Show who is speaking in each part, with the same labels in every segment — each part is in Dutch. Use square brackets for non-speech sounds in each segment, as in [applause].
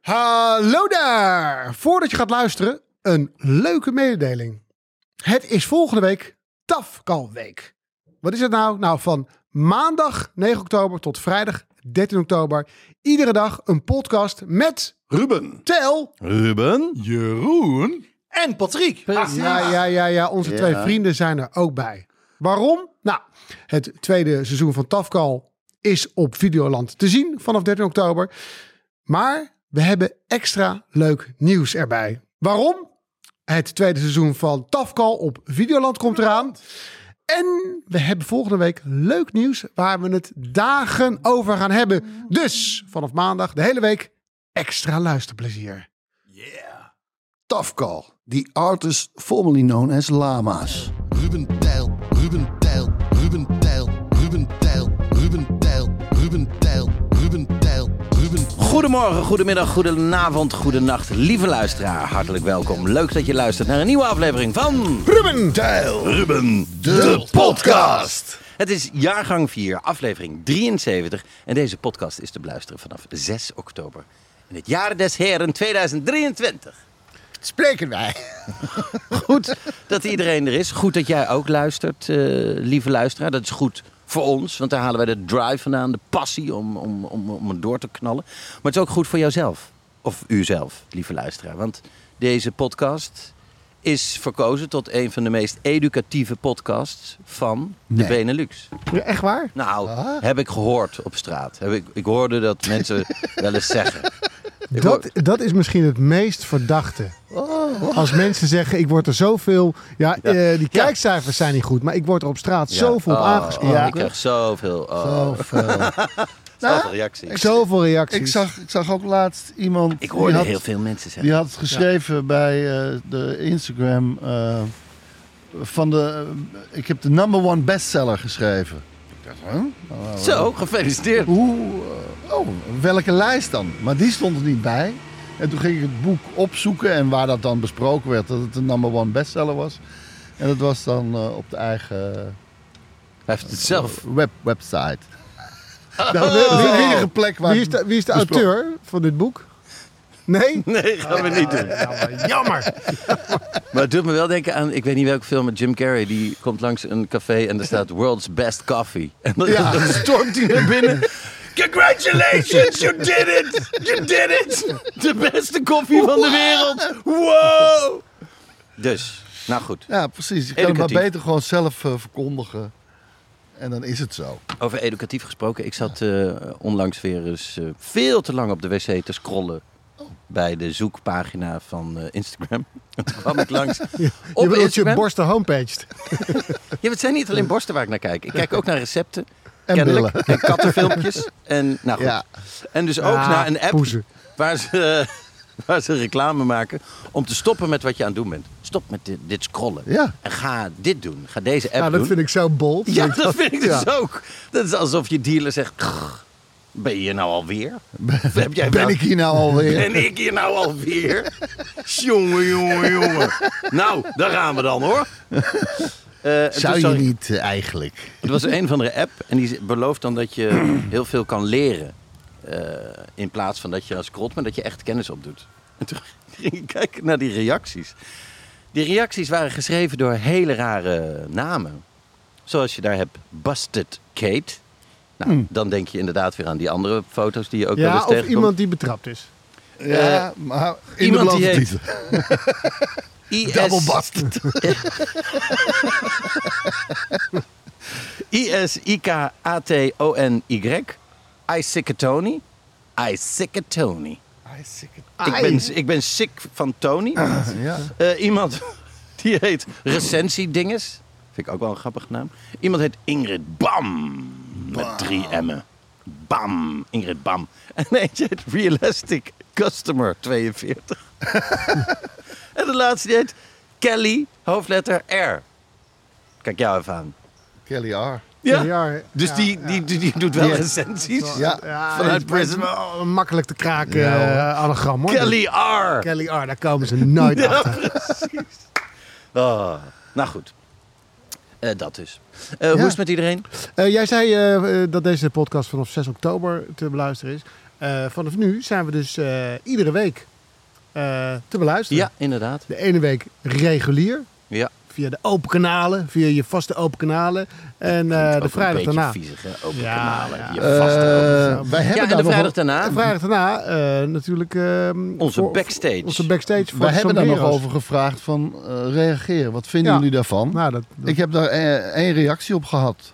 Speaker 1: Hallo daar! Voordat je gaat luisteren, een leuke mededeling. Het is volgende week Tafkalweek. Wat is het nou? Nou, van maandag 9 oktober tot vrijdag 13 oktober. Iedere dag een podcast met
Speaker 2: Ruben.
Speaker 1: Tel.
Speaker 2: Ruben. Jeroen.
Speaker 3: En Patrick.
Speaker 1: Ja, ja, ja, ja. Onze twee vrienden zijn er ook bij. Waarom? Nou, het tweede seizoen van Tafkal is op Videoland te zien vanaf 13 oktober. Maar we hebben extra leuk nieuws erbij. Waarom? Het tweede seizoen van Tafkal op Videoland komt eraan. En we hebben volgende week leuk nieuws waar we het dagen over gaan hebben. Dus vanaf maandag de hele week extra luisterplezier.
Speaker 3: Tafkal. The artist formerly known as Lama's.
Speaker 4: Ruben Tijl, Ruben Tijl, Ruben Tijl, Ruben Tijl, Ruben Tijl, Ruben Tijl, Ruben Tijl, Ruben
Speaker 5: Goedemorgen, goedemiddag, goedenavond, goedenacht, lieve luisteraar. Hartelijk welkom. Leuk dat je luistert naar een nieuwe aflevering van...
Speaker 1: Ruben!
Speaker 2: Ruben.
Speaker 3: De podcast.
Speaker 5: Het is jaargang 4, aflevering 73. En deze podcast is te beluisteren vanaf 6 oktober. In het jaar des heren 2023.
Speaker 3: Spreken wij.
Speaker 5: Goed dat iedereen er is. Goed dat jij ook luistert, eh, lieve luisteraar. Dat is goed voor ons, want daar halen wij de drive vandaan, de passie om, om, om, om het door te knallen. Maar het is ook goed voor jouzelf. Of uzelf, lieve luisteraar. Want deze podcast is verkozen tot een van de meest educatieve podcasts van de Benelux.
Speaker 1: Echt waar?
Speaker 5: Nou,
Speaker 1: Ah.
Speaker 5: heb ik gehoord op straat. Heb ik, ik hoorde dat
Speaker 1: [laughs]
Speaker 5: mensen wel eens zeggen. Ik hoor-
Speaker 1: Dat, dat is misschien het meest verdachte.
Speaker 3: Oh.
Speaker 1: Als mensen zeggen, ik word er zoveel... Ja, eh, die
Speaker 5: Ja.
Speaker 1: kijkcijfers zijn niet goed, maar ik word er op straat
Speaker 5: Ja.
Speaker 1: zoveel op
Speaker 5: Oh,
Speaker 1: aangesproken.
Speaker 5: Ik krijg zoveel, oh,
Speaker 1: Zoveel,
Speaker 5: [laughs]
Speaker 1: Nou,
Speaker 5: zoveel reacties.
Speaker 1: zoveel reacties.
Speaker 3: Ik zag, ik zag ook laatst iemand.
Speaker 5: Ik
Speaker 3: die
Speaker 5: hoorde
Speaker 3: had-
Speaker 5: heel veel mensen zeggen.
Speaker 3: Die had het geschreven bij eh, de Instagram eh, van de. eh, ik heb de number one bestseller geschreven. Ik dacht, huh?
Speaker 5: Zo, gefeliciteerd.
Speaker 3: Hoe, eh, oh, welke lijst dan? Maar die stond er niet bij. En toen ging ik het boek opzoeken en waar dat dan besproken werd, dat het de number one bestseller was. En dat was dan eh, op de eigen
Speaker 5: Hij heeft het zelf.
Speaker 3: web,
Speaker 5: [laughs]
Speaker 3: website.
Speaker 1: Nou, wie-
Speaker 3: De
Speaker 5: Oh.
Speaker 1: wie- wie-
Speaker 3: enige plek waar.
Speaker 1: wie is de, wie is de auteur van dit boek? Nee?
Speaker 5: Nee, gaan we niet doen.
Speaker 1: Jammer.
Speaker 5: Maar het doet me wel denken aan, ik weet niet welke film met Jim Carrey. Die komt langs een café en daar staat World's Best Coffee. En dan,
Speaker 3: Ja.
Speaker 5: dan stormt hij naar binnen. Congratulations, you did it! You did it! De beste koffie van de wereld! Wow! Dus, nou goed,
Speaker 3: Ja, precies. Je kan het maar
Speaker 5: Educatief.
Speaker 3: beter gewoon zelf eh, verkondigen. En dan is het zo.
Speaker 5: over educatief gesproken. Ik zat eh, onlangs weer eens eh, veel te lang op de wc te scrollen. Bij de zoekpagina van eh, Instagram. [laughs] En Toen kwam ik langs.
Speaker 1: [laughs] je wilt je
Speaker 5: Instagram.
Speaker 1: borsten homepaged.
Speaker 5: Ja, maar het zijn niet alleen borsten waar ik naar kijk. Ik kijk ook naar recepten.
Speaker 3: En
Speaker 5: kennelijk,
Speaker 3: billen.
Speaker 5: En kattenfilmpjes. En, nou goed.
Speaker 3: Ja.
Speaker 5: en dus ook
Speaker 1: Ah,
Speaker 5: naar een app
Speaker 1: poezen.
Speaker 5: waar ze, [laughs] waar ze reclame maken om te stoppen met wat je aan het doen bent. Stop met dit, dit scrollen.
Speaker 3: Ja.
Speaker 5: En ga dit doen. Ga deze app
Speaker 1: Nou, dat
Speaker 5: doen.
Speaker 1: vind ik zo bold.
Speaker 5: ja, [laughs] dat vind ik dus
Speaker 1: Ja.
Speaker 5: ook. Dat is alsof je dealer zegt... "Grr, Ben je hier nou alweer? Of Heb jij
Speaker 3: Ben
Speaker 5: nou-
Speaker 3: ik hier nou
Speaker 1: [laughs]
Speaker 3: alweer?
Speaker 5: ben ik hier nou alweer? jongen, jongen, jongen. Nou, daar gaan we dan hoor. Eh, en toen
Speaker 3: Zou je
Speaker 5: zag ik-
Speaker 3: niet eh, eigenlijk?
Speaker 5: het was een van de app en die belooft dan dat
Speaker 3: [clears throat]
Speaker 5: je heel veel kan leren. eh, in plaats van dat je scrolt, maar dat je echt kennis opdoet. En toen [laughs] ging ik kijken naar die reacties. Die reacties waren geschreven door hele rare namen. Zoals je daar hebt, Busted Kate. Nou,
Speaker 3: Hmm.
Speaker 5: dan denk je inderdaad weer aan die andere foto's die je ook wel
Speaker 1: Ja,
Speaker 5: eens
Speaker 1: of
Speaker 5: tegenkomt.
Speaker 1: iemand die betrapt is.
Speaker 3: Ja, maar in
Speaker 5: iemand
Speaker 3: de
Speaker 5: die
Speaker 3: blauwe
Speaker 5: heet-
Speaker 3: titel.
Speaker 5: IS
Speaker 3: Double busted.
Speaker 5: [laughs] I-S-I-K-A-T-O-N-Y. Isicaton. Isicaton.
Speaker 3: Ah,
Speaker 5: Ik ben, ik ben sick van Tony.
Speaker 3: Ja.
Speaker 5: Eh, iemand [laughs] die heet Recensiedinges. Vind ik ook wel een grappige naam. Iemand heet Ingrid Bam. Met drie M'en. Bam. Ingrid Bam. [laughs] En eentje heet Realistic Customer 42. [laughs] en de laatste die heet Kelly, hoofdletter R. Kijk jou even aan.
Speaker 3: Kelly R.
Speaker 5: Ja?
Speaker 1: Ja, ja,
Speaker 5: dus die,
Speaker 1: ja.
Speaker 5: Die, die, die doet wel
Speaker 3: Ja.
Speaker 5: recensies.
Speaker 3: Ja.
Speaker 5: Vanuit
Speaker 1: het is- maar het is
Speaker 5: prison.
Speaker 1: wel een makkelijk te kraken
Speaker 3: Ja,
Speaker 1: eh, anagram hoor.
Speaker 5: Kelly R.
Speaker 1: Kelly R, daar komen ze nooit achter.
Speaker 5: Ah, nou goed. Eh, dat dus. Eh, Hoe
Speaker 1: Ja.
Speaker 5: is het met iedereen?
Speaker 1: Eh, jij zei eh, eh, dat deze podcast vanaf 6 oktober te beluisteren is. Eh, vanaf nu zijn we dus eh, iedere week eh, te beluisteren.
Speaker 5: Ja, inderdaad.
Speaker 1: De ene week regulier,
Speaker 5: Ja.
Speaker 1: via de open kanalen, via je vaste open kanalen. En eh, de vrijdag daarna.
Speaker 5: Viezig, hè? Open
Speaker 1: Ja,
Speaker 5: kanalen.
Speaker 1: ja.
Speaker 5: Je
Speaker 3: Eh,
Speaker 5: vaste open-
Speaker 3: wij hebben
Speaker 5: ja, en
Speaker 3: daar
Speaker 5: de
Speaker 3: nog
Speaker 5: vrijdag
Speaker 3: wel-
Speaker 5: daarna.
Speaker 1: En vrijdag daarna eh, natuurlijk... ehm,
Speaker 5: Onze backstage.
Speaker 1: Onze backstage. voor
Speaker 3: Wij hebben daar nog
Speaker 1: Sombrero's.
Speaker 3: over gevraagd van eh, reageren. Wat vinden
Speaker 1: Ja.
Speaker 3: jullie daarvan?
Speaker 1: Nou, dat, dat-
Speaker 3: Ik heb daar eh, één reactie op gehad.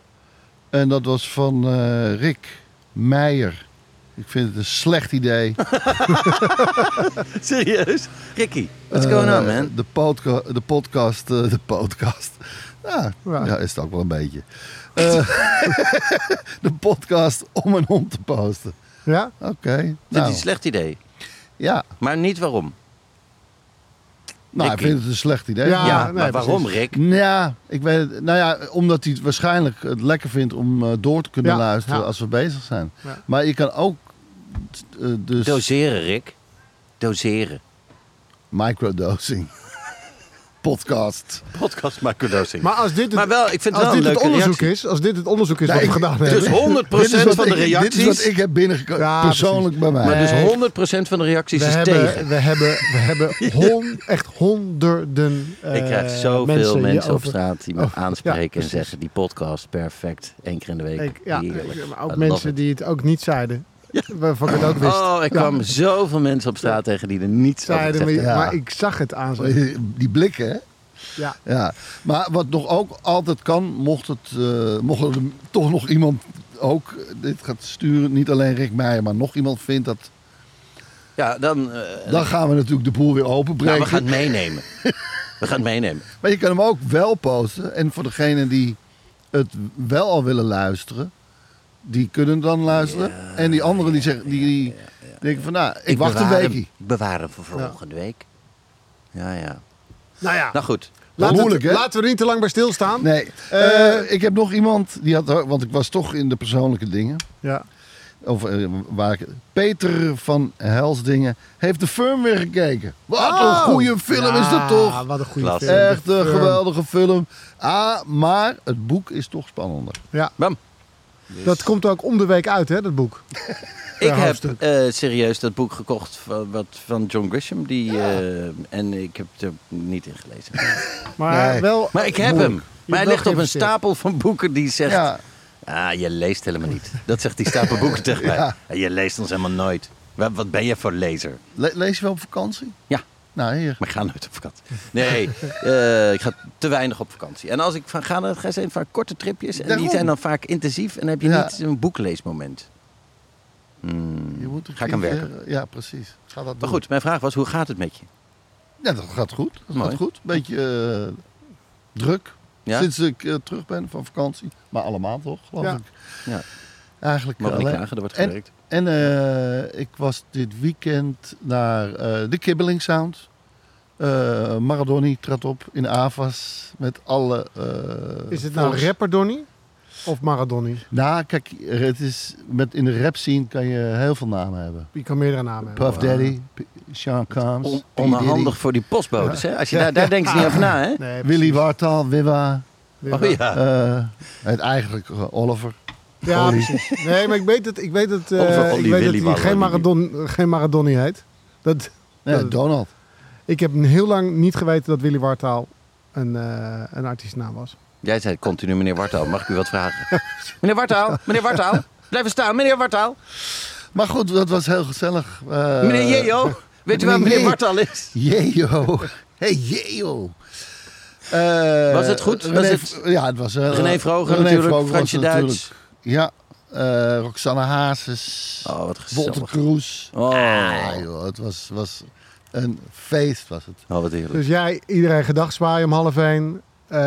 Speaker 3: En dat was van eh, Rick Meijer. Ik vind het een slecht idee.
Speaker 5: Serieus? Ricky, what's going on,
Speaker 3: Eh,
Speaker 5: man?
Speaker 3: De, podca- de podcast. eh, de podcast. Ja,
Speaker 1: Ja.
Speaker 3: ja. is het ook wel een beetje. Eh, [laughs] de podcast om en om te posten.
Speaker 1: ja?
Speaker 3: Oké.
Speaker 5: Ik vind het
Speaker 3: Nou,
Speaker 5: een slecht idee.
Speaker 3: ja.
Speaker 5: Maar niet waarom.
Speaker 3: nou ik
Speaker 5: Ricky.
Speaker 3: vind het een slecht idee.
Speaker 1: Ja,
Speaker 5: ja,
Speaker 1: nee,
Speaker 5: maar waarom, Rick?
Speaker 3: Ja, ik weet het. Nou ja, omdat hij het waarschijnlijk het lekker vindt om eh, door te kunnen
Speaker 1: Ja,
Speaker 3: luisteren
Speaker 1: ja.
Speaker 3: als we bezig zijn.
Speaker 1: Ja.
Speaker 3: Maar je kan ook eh, dus
Speaker 5: Doseren, Rick. Doseren.
Speaker 3: microdosing. [laughs] Podcast.
Speaker 5: Podcast maken doseren.
Speaker 1: Maar als dit het,
Speaker 5: Maar wel, ik vind het
Speaker 1: als
Speaker 5: wel
Speaker 1: dit
Speaker 5: een
Speaker 1: het
Speaker 5: leuke
Speaker 1: onderzoek
Speaker 5: reactie.
Speaker 1: is, als dit het onderzoek is
Speaker 3: Ja,
Speaker 1: wat we
Speaker 3: ik-
Speaker 1: gedaan
Speaker 3: dus
Speaker 1: hebben.
Speaker 5: dus 100%
Speaker 3: Dit is wat
Speaker 5: van de
Speaker 3: ik-
Speaker 5: reacties.
Speaker 3: Dit is wat ik heb binnengekomen,
Speaker 1: Ja,
Speaker 3: persoonlijk bij mij.
Speaker 5: Maar dus
Speaker 1: Nee.
Speaker 5: 100% van de reacties
Speaker 1: We
Speaker 5: is
Speaker 1: hebben,
Speaker 5: tegen.
Speaker 1: we hebben, we
Speaker 5: [laughs]
Speaker 1: hebben hon- echt honderden. eh,
Speaker 5: Ik krijg zoveel mensen,
Speaker 1: mensen,
Speaker 5: op
Speaker 1: hierover.
Speaker 5: straat die me
Speaker 1: Oh, ja,
Speaker 5: aanspreken en
Speaker 1: precies.
Speaker 5: zeggen: die podcast perfect, één keer in de week.
Speaker 1: Ik, ja,
Speaker 5: Heerlijk.
Speaker 1: ik- maar ook
Speaker 5: I love
Speaker 1: mensen
Speaker 5: it.
Speaker 1: die het ook niet zeiden. Waarvan ik het ook wist.
Speaker 5: Oh, ik kwam zoveel mensen op straat tegen die er niets over
Speaker 1: zeiden, maar,
Speaker 5: gezegd
Speaker 3: ja.
Speaker 1: maar ik zag het
Speaker 3: [laughs]
Speaker 1: aan ze.
Speaker 3: Die blikken, hè?
Speaker 1: Ja.
Speaker 3: Ja. Maar wat nog ook altijd kan, mocht, het, eh, mocht er toch nog iemand ook dit gaat sturen, niet alleen Rick Meijer, maar nog iemand vindt dat...
Speaker 5: Ja, dan. eh,
Speaker 3: Dan gaan we natuurlijk de boel weer
Speaker 5: nou,
Speaker 3: openbreken.
Speaker 5: we gaan het meenemen. we gaan het meenemen.
Speaker 3: Maar je kan hem ook wel posten. En voor degenen die het wel al willen luisteren, die kunnen dan luisteren. en die anderen die, zeggen, die, die denken van, nou, ik, wacht een
Speaker 5: bewaar hem-
Speaker 3: weekje.
Speaker 5: Bewaar hem voor volgende week. Ja, ja.
Speaker 1: Nou ja,
Speaker 5: Nou goed.
Speaker 1: laten,
Speaker 3: moeilijk,
Speaker 1: we,
Speaker 3: hè?
Speaker 1: laten we er niet te lang bij stilstaan.
Speaker 3: Nee, Eh, ik heb nog iemand, die had, want ik was toch in de persoonlijke dingen.
Speaker 1: Ja.
Speaker 3: Of, eh, waar ik, Peter van Helsdingen heeft de firmware gekeken. Wat
Speaker 1: Oh!
Speaker 3: een goede film is dat
Speaker 1: Ja,
Speaker 3: toch?
Speaker 1: Wat een goede
Speaker 5: Klasse.
Speaker 1: film.
Speaker 3: Echt
Speaker 1: De
Speaker 3: een
Speaker 1: Firm.
Speaker 3: geweldige film. Ah, maar het boek is toch spannender.
Speaker 1: Ja,
Speaker 5: Bam.
Speaker 1: dat komt ook om de week uit, hè, dat boek.
Speaker 5: Ik heb
Speaker 1: hoofdstuk.
Speaker 5: eh, serieus dat boek gekocht van, wat, van John Grisham. Die, eh, en ik heb het er niet in gelezen.
Speaker 1: Maar
Speaker 3: Nee.
Speaker 1: wel...
Speaker 5: Maar ik heb
Speaker 1: Moeilijk.
Speaker 5: hem.
Speaker 1: Je
Speaker 5: Maar hij
Speaker 1: hebt wel
Speaker 5: ligt op een
Speaker 1: geïnvesteerd.
Speaker 5: stapel van boeken die zegt...
Speaker 3: Ja.
Speaker 5: Ah, je leest helemaal niet. Dat zegt die stapel boeken tegen mij. "Ah, Je leest ons helemaal nooit. Wat, wat ben je voor lezer?
Speaker 3: Le- lees je wel op vakantie?
Speaker 5: Ja,
Speaker 3: Nou, hier.
Speaker 5: [laughs] maar ik ga nooit op vakantie. Nee, eh, ik ga te weinig op vakantie. En als ik van ga, dan ga- zijn het vaak korte tripjes. En die
Speaker 3: Daarom.
Speaker 5: zijn dan vaak intensief. En dan heb je
Speaker 3: Ja.
Speaker 5: niet een boekleesmoment.
Speaker 3: Je moet
Speaker 5: Hmm,
Speaker 3: een
Speaker 5: Ga ik aan
Speaker 3: keertje-
Speaker 5: werken.
Speaker 3: Ja, precies. Ga dat
Speaker 5: Maar
Speaker 3: doen.
Speaker 5: goed, mijn vraag was, hoe gaat het met je?
Speaker 3: Ja, dat gaat goed. Dat
Speaker 5: Mooi.
Speaker 3: gaat goed. Beetje eh, druk.
Speaker 5: Ja?
Speaker 3: Sinds ik eh, terug ben van vakantie. Maar allemaal toch, geloof
Speaker 1: Ja.
Speaker 3: ik.
Speaker 5: Ja.
Speaker 3: Eigenlijk
Speaker 5: Mag niet
Speaker 3: alleen.
Speaker 5: klagen, er wordt
Speaker 3: En-
Speaker 5: gewerkt.
Speaker 3: En eh, ik was dit weekend naar eh, de Kibbeling Sound. Eh, Maradoni trad op in Avas met alle... eh,
Speaker 1: Is het nou
Speaker 3: volks-
Speaker 1: rapper Donnie of Maradoni?
Speaker 3: Nou, kijk, het is met, in de rap scene kan je heel veel namen hebben.
Speaker 1: Je kan meerdere namen hebben.
Speaker 3: Puff Daddy, P- Sean Combs,
Speaker 5: On-
Speaker 3: P. Diddy,
Speaker 5: onhandig voor die postbodes, hè? Als je daar, daar denken ze niet over na, hè?
Speaker 1: Nee,
Speaker 3: Willy Wartal, Wiwa,
Speaker 1: precies.
Speaker 5: Oh ja.
Speaker 3: eh, het eigenlijk eh, Oliver.
Speaker 1: Ja,
Speaker 3: Olly.
Speaker 1: precies. Nee, maar ik weet dat, ik weet dat, eh,
Speaker 5: Over Olly,
Speaker 1: ik weet dat
Speaker 5: Willy,
Speaker 1: hij geen,
Speaker 5: Maradoni.
Speaker 1: Maradon, eh, geen Maradoni heet. Dat,
Speaker 3: Nee,
Speaker 1: dat-
Speaker 3: Donald.
Speaker 1: ik heb heel lang niet geweten dat Willy Wartaal een, eh, een artiestnaam was.
Speaker 5: Jij zei continu, meneer Wartaal, mag ik u wat [laughs] vragen? meneer Wartaal, meneer Wartaal, blijven staan, meneer Wartaal.
Speaker 3: Maar goed, dat was heel gezellig. Eh,
Speaker 5: meneer Jeo, weet u waar meneer
Speaker 3: meneer-
Speaker 5: Wartaal is?
Speaker 3: Jeo. [laughs] Hey, Jeo.
Speaker 5: Was het goed? Was
Speaker 3: René,
Speaker 5: het-
Speaker 3: Ja, het was... eh,
Speaker 5: René Vroger
Speaker 3: René
Speaker 5: natuurlijk,
Speaker 3: Vroger was
Speaker 5: Fransje Duits.
Speaker 3: Ja, eh Roxanne Hazes.
Speaker 5: Oh, wat
Speaker 3: Wolter
Speaker 5: gezellig.
Speaker 3: Kroes.
Speaker 5: Oh.
Speaker 3: Ah, joh, het was, was een feest, was het.
Speaker 5: Oh, wat heerlijk.
Speaker 1: Dus jij iedereen gedag zwaaien om half één. Eh,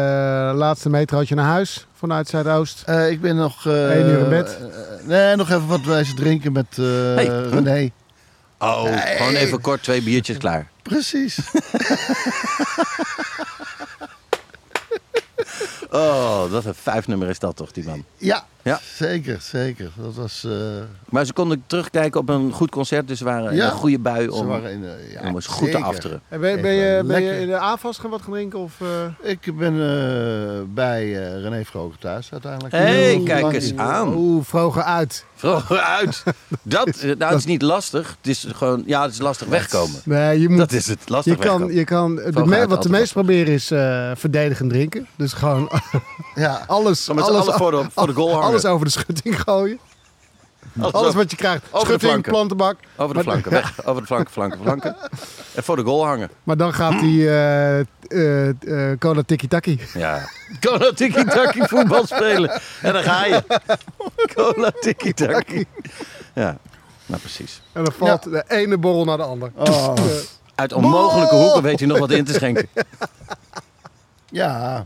Speaker 1: laatste metrootje naar huis vanuit Zuidoost.
Speaker 3: Eh, ik ben nog... eh,
Speaker 1: Eén uur in bed.
Speaker 3: eh, nee, nog even wat wijze drinken met eh René.
Speaker 5: Oh, gewoon even kort, twee biertjes klaar. [laughs]
Speaker 3: Precies.
Speaker 5: Oh, wat een vijfnummer is dat toch, die man.
Speaker 3: ja,
Speaker 5: Ja.
Speaker 3: zeker, zeker. Dat was... eh,
Speaker 5: Maar ze konden terugkijken op een goed concert, dus ze waren in
Speaker 3: Ja.
Speaker 5: een goede bui
Speaker 3: Ze
Speaker 5: om,
Speaker 3: waren in, eh, ja,
Speaker 5: om eens goed te
Speaker 3: zeker.
Speaker 5: afteren.
Speaker 1: En Ben, ben,
Speaker 3: Echt
Speaker 1: je,
Speaker 3: wel
Speaker 1: ben je
Speaker 3: lekker.
Speaker 1: in de AFAS gaan wat gaan drinken? Of, eh?
Speaker 3: Ik ben eh, bij eh, René Vroger thuis uiteindelijk.
Speaker 5: Hey,
Speaker 3: Heel
Speaker 5: kijk
Speaker 3: lang
Speaker 5: eens
Speaker 3: niet.
Speaker 5: aan.
Speaker 1: Oeh, vroeger uit.
Speaker 5: Vroeger [laughs] uit. Dat, eh, nou, het is niet lastig. Het is gewoon, ja, het is lastig [laughs] wegkomen.
Speaker 1: Nee, je moet,
Speaker 5: Dat is het, lastig
Speaker 1: je kan,
Speaker 5: wegkomen.
Speaker 1: je kan, de
Speaker 5: Vroeger
Speaker 1: me-
Speaker 5: uit,
Speaker 1: wat de
Speaker 5: altijd
Speaker 1: meesten proberen is eh verdedigend drinken. Dus gewoon
Speaker 3: Ja,
Speaker 1: [laughs] alles,
Speaker 5: Gewoon met z'n
Speaker 1: alles,
Speaker 5: allen voor de- voor de goal hangen.
Speaker 1: alles over de schutting gooien. Alles wat je krijgt.
Speaker 5: de
Speaker 1: Schutting,
Speaker 5: flanken.
Speaker 1: plantenbak.
Speaker 5: Over de
Speaker 1: Maar-
Speaker 5: flanken, weg. Over de flanken, flanken, [laughs] flanken. En voor de goal hangen.
Speaker 1: Maar dan gaat die eh eh eh cola tiki-taki.
Speaker 5: [laughs] Ja. Cola tiki-taki voetbal spelen. En dan ga [laughs] je. Cola tiki-taki. Ja, nou precies.
Speaker 1: En dan valt de ene borrel naar de ander.
Speaker 3: Oh.
Speaker 1: [laughs] Eh,
Speaker 5: Uit onmogelijke hoeken weet hij nog wat in te schenken.
Speaker 3: ja.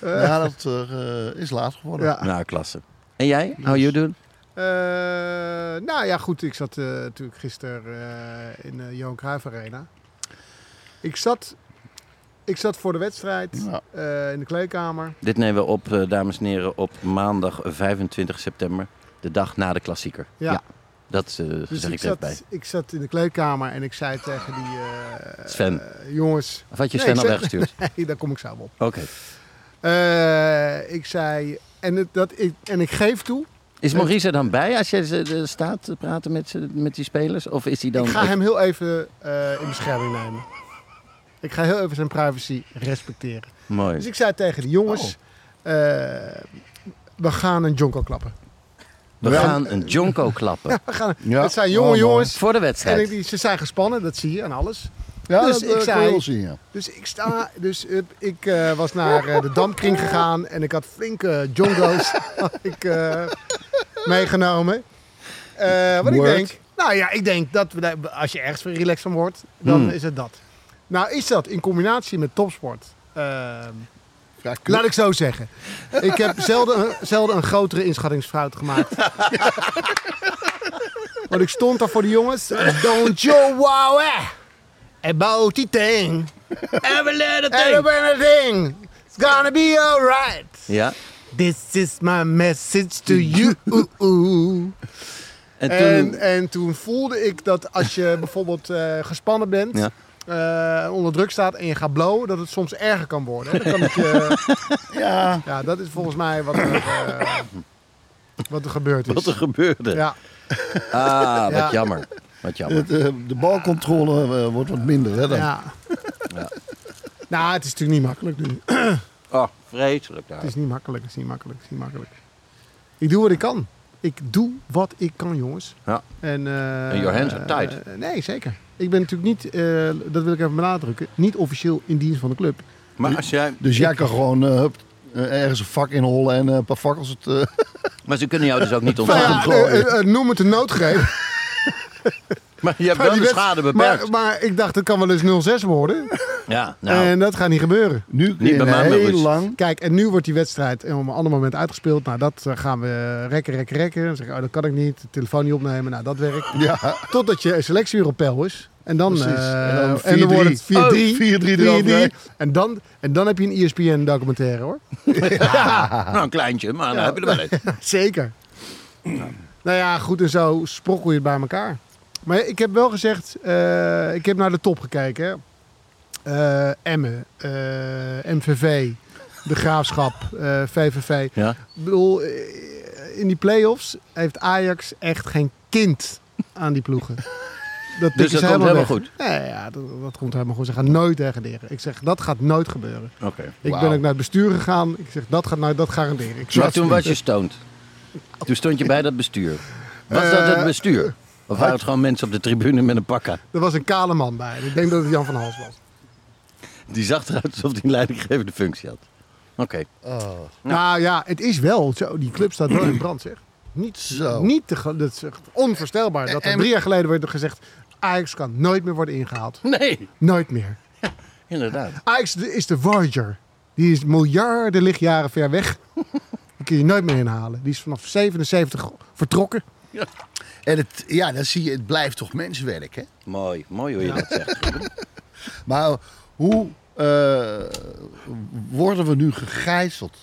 Speaker 3: ja, dat eh, eh, is laat geworden.
Speaker 1: ja.
Speaker 5: Nou, klasse. En jij? How you doen?
Speaker 1: Eh, nou ja, goed. Ik zat eh, natuurlijk gisteren eh, in de Johan Cruijff Arena. Ik zat, ik zat voor de wedstrijd
Speaker 3: Ja.
Speaker 1: eh, in de kleedkamer.
Speaker 5: Dit nemen we op, eh, dames en heren, op maandag 25 september. De dag na de klassieker.
Speaker 1: Ja. Dus
Speaker 5: dat eh, zeg ik er even
Speaker 1: zat,
Speaker 5: bij.
Speaker 1: ik zat in de kleedkamer en ik zei tegen die eh,
Speaker 5: Sven.
Speaker 1: eh, jongens...
Speaker 5: Of had je
Speaker 1: Nee,
Speaker 5: Sven
Speaker 1: ik
Speaker 5: al
Speaker 1: zeg- [laughs]
Speaker 5: weggestuurd?
Speaker 1: Nee, daar kom ik zo op.
Speaker 5: Oké.
Speaker 1: Eh, ik zei... En, het, dat, ik, en ik geef toe,
Speaker 5: Is
Speaker 1: Eh,
Speaker 5: Maurice er dan bij als je ze- de- staat te praten met, ze- met die spelers? Of is hij dan...
Speaker 1: ik ga hem heel even eh, in bescherming nemen. Ik ga heel even zijn privacy respecteren.
Speaker 5: Mooi. Oh.
Speaker 1: Dus ik zei tegen de jongens, eh, we gaan een jonko klappen.
Speaker 5: We gaan een jonko klappen.
Speaker 1: [laughs] We gaan,
Speaker 3: Ja.
Speaker 1: Het zijn
Speaker 3: Oh,
Speaker 1: jonge
Speaker 3: mooi.
Speaker 1: jongens.
Speaker 5: Voor de
Speaker 1: En ik,
Speaker 5: wedstrijd.
Speaker 1: die- ze zijn gespannen, dat zie je aan alles.
Speaker 3: Ja,
Speaker 1: Dus
Speaker 3: dat
Speaker 1: ik
Speaker 3: eh, kon
Speaker 1: zei-
Speaker 3: je wel zien, ja.
Speaker 1: Dus ik, sta, dus, eh, ik eh, was naar eh, de Damkring gegaan en ik had flinke jongo's [laughs] had ik, eh, meegenomen. Eh, wat
Speaker 3: Word.
Speaker 1: ik denk, nou ja, ik denk dat we, daar- als je ergens relaxed van wordt, dan is het dat. Nou is dat in combinatie met topsport. ehm,
Speaker 3: Ja, kut.
Speaker 1: Laat ik zo zeggen. Ik heb zelden, zelden een grotere inschattingsfout gemaakt. [laughs] Want ik stond daar voor de jongens. Don't you worry about the thing. Every thing. It's gonna be alright.
Speaker 5: Ja.
Speaker 1: This is my message to you.
Speaker 5: En toen...
Speaker 1: En, en toen voelde ik dat als je [laughs] bijvoorbeeld eh, gespannen bent,
Speaker 5: Ja.
Speaker 1: eh, onder druk staat en je gaat blowen, dat het soms erger kan worden. hè. Dan kan het
Speaker 5: [laughs]
Speaker 1: je-
Speaker 3: Ja.
Speaker 1: ja, dat is volgens mij wat er, eh, wat er gebeurd is.
Speaker 5: Wat er gebeurde.
Speaker 1: ja.
Speaker 5: Ah, wat
Speaker 1: Ja.
Speaker 5: jammer. Wat jammer.
Speaker 3: Het, eh, de balcontrole eh, wordt wat minder, hè? Dan.
Speaker 1: Ja. Nou, het is natuurlijk niet makkelijk nu. Het
Speaker 5: Oh, vreselijk daar.
Speaker 1: is niet makkelijk, het is niet makkelijk, het is niet makkelijk. Ik doe wat ik kan. Ik doe wat ik kan, jongens.
Speaker 5: Ja.
Speaker 1: En, eh,
Speaker 5: En your hands are
Speaker 1: eh,
Speaker 5: tied.
Speaker 1: eh, nee, zeker. Ik ben natuurlijk niet, eh, dat wil ik even benadrukken, niet officieel in dienst van de club.
Speaker 5: Maar als jij...
Speaker 3: Dus jij kan gewoon eh, hup, eh, ergens een vak inhollen en eh, een paar fakkels.
Speaker 5: [laughs]
Speaker 3: Het, eh,
Speaker 5: Maar ze kunnen jou dus ook niet
Speaker 1: Nou
Speaker 5: ontvangen.
Speaker 1: ja, eh, eh, eh, noem het een
Speaker 5: [laughs]
Speaker 1: noodgreep.
Speaker 5: Maar je hebt
Speaker 1: Maar
Speaker 5: wel
Speaker 1: die
Speaker 5: de
Speaker 1: wet-
Speaker 5: schade
Speaker 1: maar,
Speaker 5: beperkt.
Speaker 1: maar ik dacht, het kan wel eens 06 worden.
Speaker 5: Ja, nou.
Speaker 1: En dat gaat niet gebeuren.
Speaker 3: nu kun
Speaker 5: Niet
Speaker 3: je
Speaker 5: bij mij,
Speaker 3: heel
Speaker 5: Maurits. [laughs]
Speaker 3: lang...
Speaker 1: Kijk, en nu wordt die wedstrijd eh, op een ander moment uitgespeeld. Nou, dat eh, gaan we rekken, rekken, rekken. Dan zeg je, oh, dat kan ik niet. De telefoon niet opnemen. Nou, dat werkt.
Speaker 3: Ja,
Speaker 1: Totdat je selectieuur op peil is. En dan,
Speaker 3: Precies.
Speaker 1: eh,
Speaker 3: En dan
Speaker 1: en dan wordt
Speaker 3: 4-3.
Speaker 1: het 4-3.
Speaker 3: Oh, 4-3 eroverheen.
Speaker 1: En dan, en dan heb je een E ESPN documentaire hoor.
Speaker 5: nou, een kleintje, [laughs] maar dan heb je er wel een.
Speaker 1: [laughs] Zeker. Nou ja, goed en zo sprokkel je het bij elkaar. Maar ik heb wel gezegd, eh, ik heb naar de top gekeken. hè. Eh, Emmen, eh, MVV, De Graafschap, eh, VVV.
Speaker 5: Ja.
Speaker 1: Ik bedoel, eh, in die play-offs heeft Ajax echt geen kind aan die ploegen. dat
Speaker 5: Dus
Speaker 1: tikken
Speaker 5: dat
Speaker 1: ze
Speaker 5: komt helemaal
Speaker 1: weg.
Speaker 5: goed.
Speaker 1: Nee, ja, dat, dat komt helemaal goed. Ze gaan nooit degraderen. Ik zeg, dat gaat nooit gebeuren.
Speaker 5: Oké.
Speaker 1: Ik
Speaker 3: Wauw.
Speaker 1: ben ook naar het bestuur gegaan. Ik zeg, dat gaat nooit, dat garandeer ik.
Speaker 5: Maar toen was je stoned. Toen stond je bij dat bestuur. Was dat
Speaker 1: Eh,
Speaker 5: het bestuur? Of waren het gewoon mensen op de tribune met een pakka?
Speaker 1: Er was een kale man bij. Ik denk dat het Jan van Hals was.
Speaker 5: Die zag eruit alsof hij een leidinggevende functie had. Oké.
Speaker 1: Nou ja, het is wel zo. Die club staat wel in brand, zeg. Niet
Speaker 3: Zo.
Speaker 1: Niet te ge- dat is echt onvoorstelbaar. Dat er
Speaker 3: En-
Speaker 1: drie jaar geleden werd er gezegd... Ajax kan nooit meer worden ingehaald.
Speaker 5: Nee,
Speaker 1: Nooit meer.
Speaker 5: inderdaad.
Speaker 1: Ajax de- is de Voyager. Die is miljarden lichtjaren ver weg. Die kun je nooit meer inhalen. Die is vanaf 77 vertrokken.
Speaker 3: En het, ja, dan zie je, het blijft toch menswerk, hè?
Speaker 5: Mooi, mooi hoe je dat zegt.
Speaker 3: Maar hoe eh, worden we nu gegijzeld?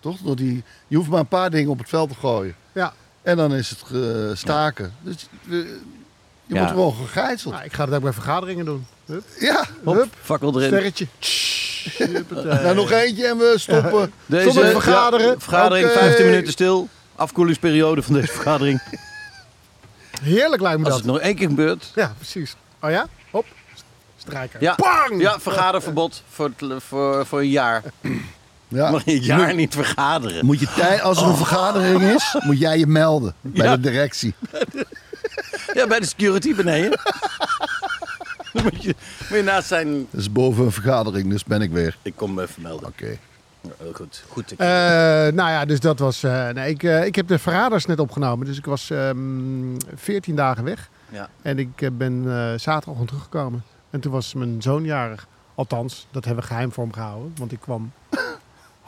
Speaker 3: Toch? Door die, je hoeft maar een paar dingen op het veld te gooien.
Speaker 1: Ja.
Speaker 3: En dan is het eh, staken. Dus eh, je
Speaker 5: Ja.
Speaker 3: wordt gewoon gegijzeld.
Speaker 1: Nou, ik ga dat ook bij vergaderingen doen. Hup,
Speaker 3: Ja.
Speaker 1: hup,
Speaker 5: Fakkel erin.
Speaker 1: sterretje.
Speaker 3: Nou, nog eentje en we stoppen.
Speaker 1: Zonder vergaderen.
Speaker 5: ja, vergadering,
Speaker 3: Oké.
Speaker 5: 15 minuten stil. Afkoelingsperiode van deze vergadering.
Speaker 1: Heerlijk lijkt me
Speaker 5: Als
Speaker 1: dat.
Speaker 5: het nog één keer gebeurt.
Speaker 1: Ja, precies. Oh ja? Hop. Strijker.
Speaker 5: Ja,
Speaker 1: Bang!
Speaker 5: ja vergaderverbod voor, het- voor, voor een jaar.
Speaker 3: Ja.
Speaker 5: Mag je een jaar niet vergaderen.
Speaker 3: Moet je tijd, als er een vergadering is, moet jij je melden bij
Speaker 5: Ja.
Speaker 3: de directie.
Speaker 5: Ja, bij de security beneden. [laughs] Dan moet je, moet je naast zijn...
Speaker 3: Dat is boven een vergadering, dus ben ik weer.
Speaker 5: Ik kom me even melden.
Speaker 3: Oké.
Speaker 5: Ja, heel goed. goed ik-
Speaker 1: Eh, nou ja, dus dat was. eh, nee, ik, eh, ik heb de Verraders net opgenomen. Dus ik was ehm 14 dagen weg.
Speaker 5: ja.
Speaker 1: En ik eh, ben eh zaterdagochtend teruggekomen. En toen was mijn zoon jarig. Althans, dat hebben we geheim voor hem gehouden. Want ik kwam [laughs]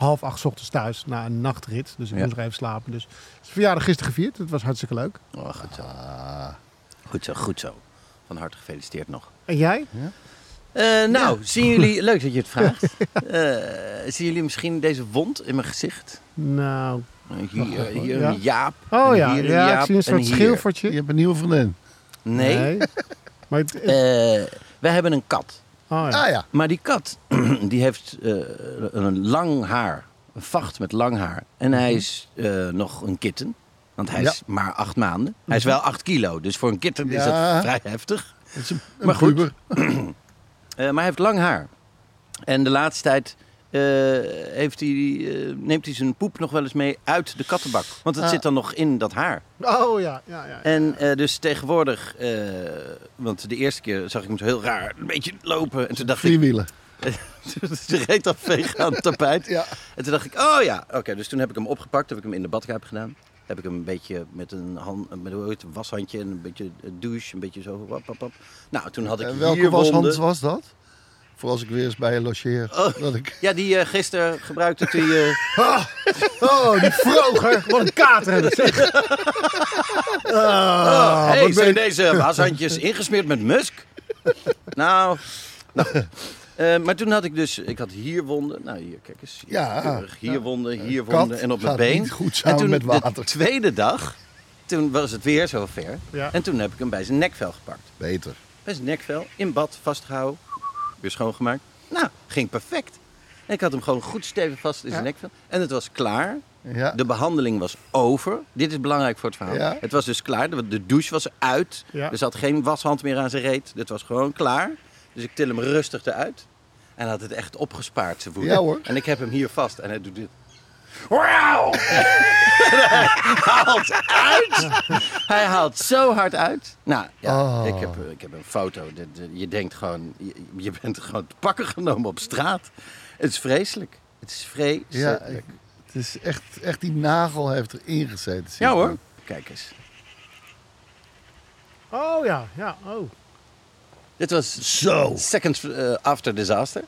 Speaker 1: half acht 's ochtends thuis na een nachtrit. Dus ik
Speaker 5: Ja.
Speaker 1: moest er even slapen. Dus het is verjaardag gisteren gevierd. Het was hartstikke leuk.
Speaker 5: Oh, goed zo. Ah. Goed zo, goed zo. Van harte gefeliciteerd nog.
Speaker 1: En jij?
Speaker 5: nou, zien [laughs] jullie... Leuk dat je het vraagt. Eh, zien jullie misschien deze wond in mijn gezicht? Eh,
Speaker 1: Nou.
Speaker 5: Hier, hier
Speaker 1: Ja.
Speaker 5: een jaap.
Speaker 1: Oh
Speaker 5: en
Speaker 1: ja,
Speaker 5: hier een
Speaker 1: ja
Speaker 5: jaap,
Speaker 1: ik zie een
Speaker 5: en
Speaker 1: soort
Speaker 5: hier.
Speaker 1: schilfertje.
Speaker 3: Je hebt een nieuwe vriendin.
Speaker 1: Oh
Speaker 5: Nee. [laughs]
Speaker 1: Maar het, oh
Speaker 5: Eh, wij hebben een kat.
Speaker 1: ja.
Speaker 3: Ah ja.
Speaker 5: Maar die kat, [clears throat] die heeft eh, een lang haar. Een vacht met lang haar. En hij
Speaker 3: Mhm.
Speaker 5: is eh, nog een kitten. Want hij is maar acht maanden. Hij is wel acht kilo. Dus voor een kitten is
Speaker 3: Mhm. Ja.
Speaker 5: dat vrij heftig.
Speaker 3: Het is een, een
Speaker 5: Maar goed.
Speaker 3: puber.
Speaker 5: Eh, maar hij heeft lang haar. En de laatste tijd eh, heeft hij, eh, neemt hij zijn poep nog wel eens mee uit de kattenbak. Want het
Speaker 3: Ah.
Speaker 5: zit dan nog in dat haar.
Speaker 1: Oh ja, ja, ja.
Speaker 5: En eh, dus tegenwoordig, eh, want de eerste keer zag ik hem zo heel raar een beetje lopen. En toen dacht ik,
Speaker 3: Driewielen.
Speaker 5: ze reed dat vegen aan het tapijt.
Speaker 3: Ja.
Speaker 5: En toen dacht ik, oh ja, oké. dus toen heb ik hem opgepakt, heb ik hem in de badkuip gedaan. Heb ik hem een beetje met een, hand, met hoe heet het, een washandje en een beetje een douche, een beetje zo. Wap, wap, wap. Nou, toen had ik
Speaker 3: En
Speaker 5: hier
Speaker 3: welke washand
Speaker 5: wonden. Oh.
Speaker 3: was dat? Voor als ik weer eens bij je logeer. Dat ik...
Speaker 5: Ja, die eh, gisteren gebruikte toen eh, je...
Speaker 1: Oh, die vroger. Wat een kater hebben ze.
Speaker 3: [laughs]
Speaker 5: Oh, hey,
Speaker 1: wat
Speaker 5: zijn
Speaker 1: ben
Speaker 3: [laughs]
Speaker 5: deze washandjes ingesmeerd met musk? nou, nou. Eh, maar toen had ik dus, ik had hier wonden. Nou, hier, kijk eens. Hier,
Speaker 3: Ja. Eh,
Speaker 5: keurig. hier wonden, hier
Speaker 3: kat
Speaker 5: wonden en op mijn
Speaker 3: gaat
Speaker 5: been.
Speaker 3: niet goed
Speaker 5: en
Speaker 3: samen
Speaker 5: toen
Speaker 3: met
Speaker 5: de
Speaker 3: water.
Speaker 5: tweede dag, toen was het weer zover.
Speaker 1: Ja.
Speaker 5: En toen heb ik hem bij zijn nekvel gepakt.
Speaker 3: Beter.
Speaker 5: Bij zijn nekvel, in bad, vastgehouden. Weer schoongemaakt. Nou, ging perfect. En ik had hem gewoon goed stevig vast in zijn nekvel. En het was klaar.
Speaker 3: Ja.
Speaker 5: De behandeling was over. Dit is belangrijk voor het verhaal.
Speaker 3: Ja.
Speaker 5: Het was dus klaar. De- De douche was uit.
Speaker 1: Ja.
Speaker 5: Er zat geen washand meer aan zijn reet. Dit was gewoon klaar. Dus ik til hem rustig eruit. En had het echt opgespaard, zijn woede.
Speaker 3: Ja, hoor.
Speaker 5: En ik heb hem hier vast. En hij doet dit. Wauw! En hij haalt uit. Hij haalt zo hard uit. Nou, ja,
Speaker 3: Oh.
Speaker 5: ik, heb, ik heb een foto. Dit- dit- Je denkt gewoon... Je, je bent gewoon te pakken genomen op straat. Het is vreselijk. Het is vreselijk.
Speaker 3: Ja, ik- het is echt, echt die nagel heeft erin gezeten. zie
Speaker 5: Ja
Speaker 3: ik.
Speaker 5: hoor. Kijk eens.
Speaker 1: Oh ja, ja. Oh.
Speaker 5: Dit was Seconds eh, After Disaster.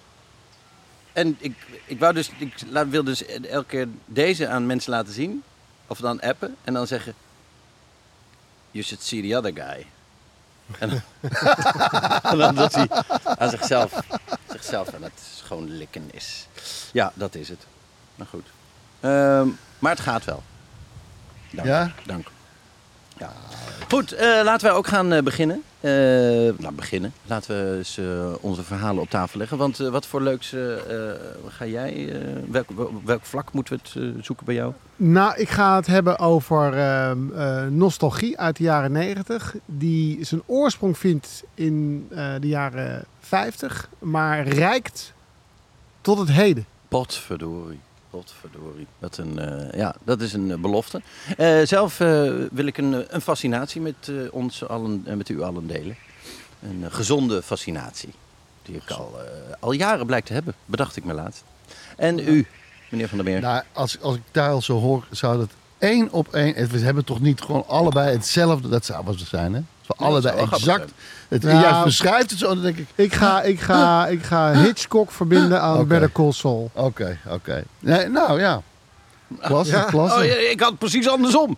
Speaker 5: En ik, ik, wou dus, ik la- wil dus elke keer deze aan mensen laten zien. Of dan appen. En dan zeggen... You should see the other guy. En dan, en dan dat hij [laughs] aan zichzelf, zichzelf aan het schoonlikken is. Ja, dat is het. Nou goed. Ehm, maar het gaat wel. Dank.
Speaker 3: Ja?
Speaker 5: Dank. Ja. Goed, eh, laten wij ook gaan eh, beginnen. Eh, nou, beginnen. Laten we eens, eh, onze verhalen op tafel leggen. Want eh, wat voor leuks eh, eh, ga jij... eh, welk, wel- welk vlak moeten we het eh, zoeken bij jou?
Speaker 1: Nou, ik ga het hebben over ehm, eh, nostalgie uit de jaren 90. Die zijn oorsprong vindt in eh, de jaren 50, maar rijkt tot het heden.
Speaker 5: Potverdorie. Potverdorie. Wat een, eh, ja, dat is een eh, belofte. Eh, zelf eh, wil ik een, eh, een fascinatie met eh, ons allen en met u allen delen. Een eh, gezonde fascinatie. Die ik al, eh, al jaren blijk te hebben, bedacht ik me laatst. En u, meneer Van der Meer.
Speaker 3: Nou, als, als ik daar al zo hoor, zou dat één op één... We hebben toch niet gewoon allebei hetzelfde? Dat zou wel zo zijn, hè? Als we
Speaker 5: dat zou
Speaker 3: allebei
Speaker 5: wel grappig
Speaker 3: exact... Het,
Speaker 1: Ja.
Speaker 3: Jij beschrijft het zo, dan denk ik...
Speaker 1: Ik ga, ik ga, ik
Speaker 5: [gasps]
Speaker 1: ga Hitchcock verbinden aan
Speaker 3: Oké.
Speaker 1: Better Call Saul.
Speaker 3: Oké, oké. Nee, nou ja. Klasse, klasse.
Speaker 5: Oh, ja, ik had het precies
Speaker 1: [laughs]
Speaker 5: andersom.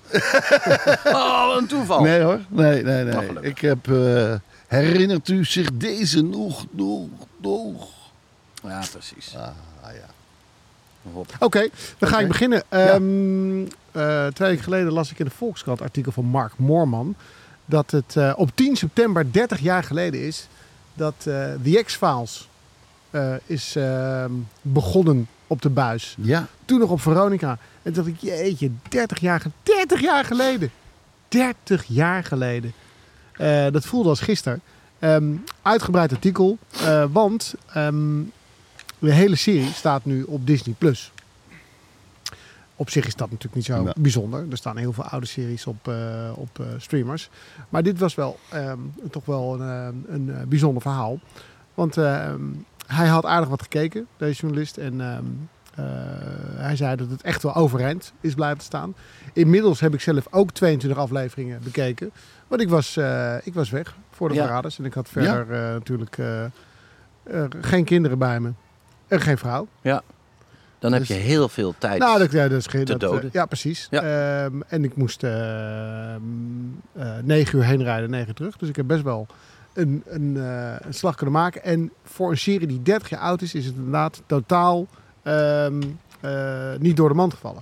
Speaker 5: oh, wat een toeval.
Speaker 3: Nee hoor, nee, nee,
Speaker 5: Maar
Speaker 3: nee.
Speaker 5: Nou, gelukkig.
Speaker 3: Ik heb... eh, herinnert u zich deze nog, nog, nog?
Speaker 5: Ja, precies.
Speaker 3: Ah, ja.
Speaker 5: Hop.
Speaker 1: Oké, dan ga
Speaker 3: Oké.
Speaker 1: ik beginnen. Ehm, eh, twee weken geleden las ik in de Volkskrant artikel van Mark Moorman. Dat het eh, op 10 september 30 jaar geleden is dat eh The X-Files eh, is ehm, begonnen op de buis.
Speaker 3: Ja,
Speaker 1: Toen nog op Veronica. En toen dacht ik, jeetje, 30 jaar, ge- 30 jaar geleden. 30 jaar geleden. Eh, dat voelde als gisteren. Ehm, uitgebreid artikel, eh, want ehm, de hele serie staat nu op Disney+. Plus. Op zich is dat natuurlijk niet zo
Speaker 3: Ja.
Speaker 1: bijzonder. Er staan heel veel oude series op, eh, op eh, streamers. Maar dit was wel ehm, toch wel een, eh, een eh, bijzonder verhaal. Want ehm, hij had aardig wat gekeken, deze journalist. En ehm, eh, hij zei dat het echt wel overeind is blijven staan. Inmiddels heb ik zelf ook 22 afleveringen bekeken. Want ik was, eh, ik was weg voor de
Speaker 5: Ja.
Speaker 1: verraders. En ik had verder eh, natuurlijk eh, eh, geen kinderen bij me. En geen vrouw.
Speaker 5: Dan heb
Speaker 1: Dus-
Speaker 5: je heel veel tijd.
Speaker 1: Nou, dat, ja, dat is geen.
Speaker 5: Te
Speaker 1: dat, eh,
Speaker 5: doden.
Speaker 1: ja, precies.
Speaker 5: Ja.
Speaker 1: Ehm, en ik moest ehm, eh, negen uur heen rijden, negen uur terug. Dus ik heb best wel een, een, eh, een slag kunnen maken. En voor een serie die 30 jaar oud is, is het inderdaad totaal ehm, eh, niet door de mand gevallen.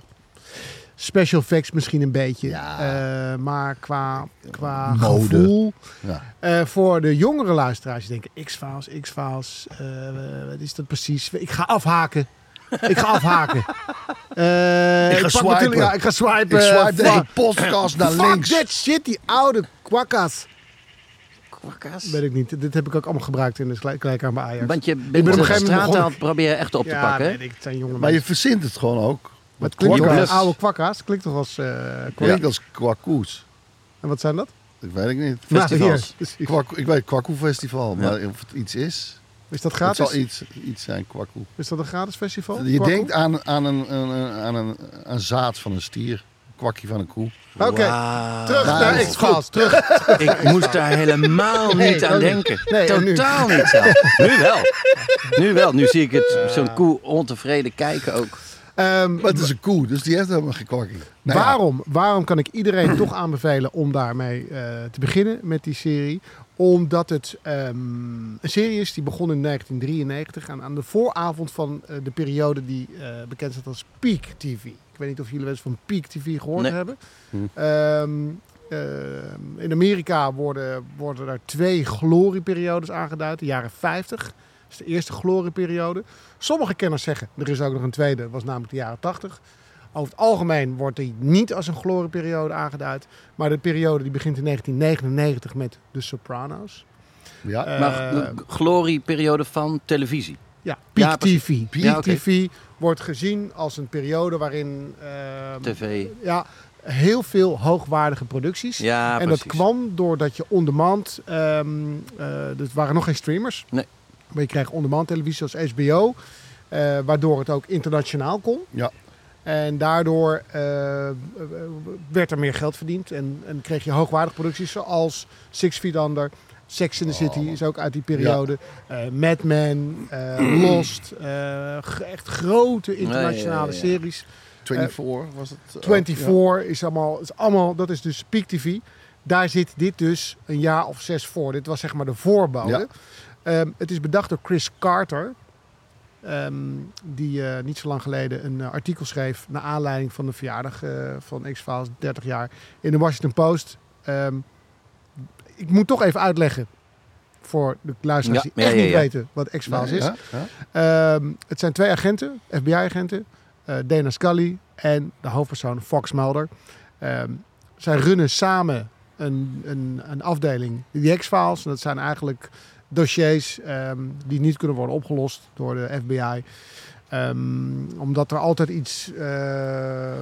Speaker 1: Special effects misschien een beetje.
Speaker 3: Ja.
Speaker 1: Eh, maar qua, qua
Speaker 3: Mode.
Speaker 1: gevoel.
Speaker 3: ja.
Speaker 1: Eh, voor de jongere luisteraars die denken: X-Files, X-Files, eh, wat is dat precies? Ik ga afhaken. Ik ga
Speaker 3: [laughs]
Speaker 1: afhaken. Eh,
Speaker 3: Ik ga
Speaker 1: pak
Speaker 3: swipen.
Speaker 1: mijn tele- Ja, ik ga
Speaker 3: Ik
Speaker 1: swipen.
Speaker 3: swipe
Speaker 1: eh, Fuck-
Speaker 3: deze podcast naar
Speaker 1: fuck
Speaker 3: links.
Speaker 1: that shit, die oude kwakkas.
Speaker 5: Kwakkas.
Speaker 1: Weet ik niet. Dit heb ik ook allemaal gebruikt in de klei- kleedkamer bij Ajax.
Speaker 5: Want je bent
Speaker 1: ben op een
Speaker 5: de
Speaker 1: gegeven moment
Speaker 5: straat
Speaker 1: begonnen.
Speaker 5: aan het proberen echt op te
Speaker 1: ja,
Speaker 5: pakken. hè?
Speaker 1: weet ik. Het zijn jonge
Speaker 3: Maar je
Speaker 1: mensen.
Speaker 3: verzint het gewoon ook.
Speaker 1: Maar het klinkt toch als
Speaker 3: kwakkas.
Speaker 1: oude kwakkas. Klinkt toch als eh kwakkas?
Speaker 3: Klinkt als kwakkoes.
Speaker 1: En wat zijn dat?
Speaker 3: Dat weet ik niet.
Speaker 5: Festivals.
Speaker 1: Nou, hier.
Speaker 3: Kwak, ik weet Kwakkoe Festival, maar of het iets is.
Speaker 1: Is dat
Speaker 3: Het
Speaker 1: gratis? Oh,
Speaker 3: zal iets, iets zijn, Kwakkoe.
Speaker 1: Is dat een gratis festival?
Speaker 3: Je
Speaker 1: Kwakkel?
Speaker 3: denkt aan, aan, een, aan, een, aan een, aan zaad van een stier. Een kwakje van een koe.
Speaker 1: Oké,
Speaker 5: Wauw.
Speaker 1: terug naar X-Files. Terug. [laughs]
Speaker 5: Ik moest daar helemaal
Speaker 1: Nee,
Speaker 5: niet aan
Speaker 1: ook niet.
Speaker 5: denken.
Speaker 1: Nee, ook niet.
Speaker 5: Totaal niet
Speaker 1: [laughs]
Speaker 5: aan. Nu wel. Nu wel. Nu zie ik het
Speaker 1: Eh.
Speaker 5: zo'n koe ontevreden kijken ook.
Speaker 1: Ehm,
Speaker 3: Maar het is een koe, dus die heeft helemaal geen kwakkie. Nou ja,
Speaker 1: waarom, waarom kan ik iedereen
Speaker 3: [clears throat]
Speaker 1: toch aanbevelen om daarmee eh, te beginnen met die serie? Omdat het ehm, een serie is die begon in 1993 aan, aan de vooravond van eh, de periode die eh, bekend staat als Peak TV. Ik weet niet of jullie wel eens van Peak TV gehoord
Speaker 5: Nee.
Speaker 1: hebben.
Speaker 3: Hm.
Speaker 1: Ehm, ehm, in Amerika worden, worden er twee glorieperiodes aangeduid. De jaren 50 is de eerste glorieperiode. Sommige kenners zeggen, er is ook nog een tweede, dat was namelijk de jaren 80. Over het algemeen wordt die niet als een glorieperiode aangeduid. Maar de periode die begint in 1999 met The Sopranos.
Speaker 3: Ja,
Speaker 5: Maar
Speaker 1: Eh,
Speaker 5: g- glorieperiode van televisie.
Speaker 1: ja,
Speaker 5: Ja,
Speaker 1: Peak TV. Peak
Speaker 5: Ja, oké.
Speaker 1: TV wordt gezien als een periode waarin ehm,
Speaker 5: TV.
Speaker 1: ja, heel veel hoogwaardige producties.
Speaker 5: Ja,
Speaker 1: en
Speaker 5: precies.
Speaker 1: dat kwam doordat je on-demand... ehm eh, er waren nog geen streamers.
Speaker 5: Nee.
Speaker 1: Maar je kreeg on-demand televisie als HBO. eh, waardoor het ook internationaal kon.
Speaker 3: ja.
Speaker 1: Eh, En daardoor eh, werd er meer geld verdiend. En, en kreeg je hoogwaardige producties zoals Six Feet Under. Sex in the
Speaker 5: Oh.
Speaker 1: City is ook uit die periode. Eh, Mad
Speaker 5: [clears throat]
Speaker 1: Men, eh, Lost. eh, g- echt grote internationale
Speaker 5: ja, oh, ja.
Speaker 1: series.
Speaker 3: 24 was het. ook,
Speaker 1: 24 is, allemaal, is allemaal, dat is dus Peak TV. Daar zit dit dus een jaar of zes voor. Dit was zeg maar de voorbode.
Speaker 3: Ja.
Speaker 1: Ehm, het is bedacht door Chris Carter. ehm, die eh, niet zo lang geleden een eh, artikel schreef. naar aanleiding van de verjaardag eh, van X-Files 30 jaar. in de Washington Post. Eh, Ehm, ik moet toch even uitleggen voor de luisteraars
Speaker 5: Ja,
Speaker 1: die
Speaker 5: ja,
Speaker 1: echt
Speaker 5: ja,
Speaker 1: niet
Speaker 5: ja.
Speaker 1: weten wat X-Files
Speaker 3: Nee,
Speaker 1: is.
Speaker 3: ja, ja.
Speaker 1: Ehm, het zijn twee agenten, FBI-agenten, eh, Dana Scully en de hoofdpersoon Fox Mulder. Ehm, zij runnen samen een, een, een afdeling, de X-Files. En dat zijn eigenlijk dossiers ehm, die niet kunnen worden opgelost door de FBI. Ehm, omdat er altijd iets eh,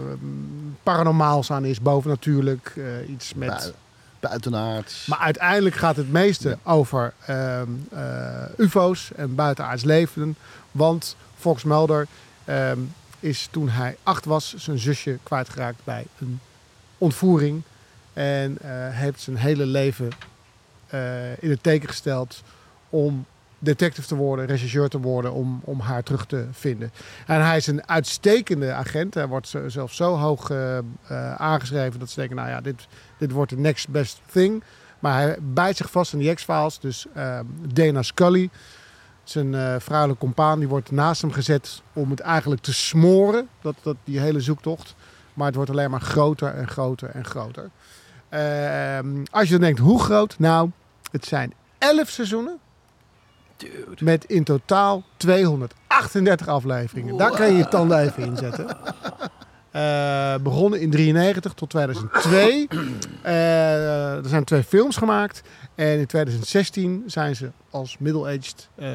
Speaker 1: paranormaals aan is, bovennatuurlijk, eh, iets met...
Speaker 3: Bui- Buitenaards.
Speaker 1: Maar uiteindelijk gaat het meeste over ehm, eh, UFO's en buitenaards leven. Want Fox Mulder ehm, is toen hij acht was zijn zusje kwijtgeraakt bij een ontvoering. En eh, heeft zijn hele leven eh, in het teken gesteld om detective te worden, rechercheur te worden, om, om haar terug te vinden. En hij is een uitstekende agent. Hij wordt zo- zelfs zo hoog eh, eh, aangeschreven dat ze denken, nou ja, dit, dit wordt de next best thing. Maar hij bijt zich vast in die X-Files. Dus eh, Dana Scully, zijn eh, vrouwelijke compaan, die wordt naast hem gezet om het eigenlijk te smoren, dat, dat, die hele zoektocht. Maar het wordt alleen maar groter en groter en groter. Ehm, als je dan denkt, hoe groot? Nou, het zijn 11 seizoenen. Met in totaal 238 afleveringen. Daar kan je je tanden even in zetten. Eh, begonnen in 93 tot 2002. Eh, er zijn twee films gemaakt. En in 2016 zijn ze als middle-aged eh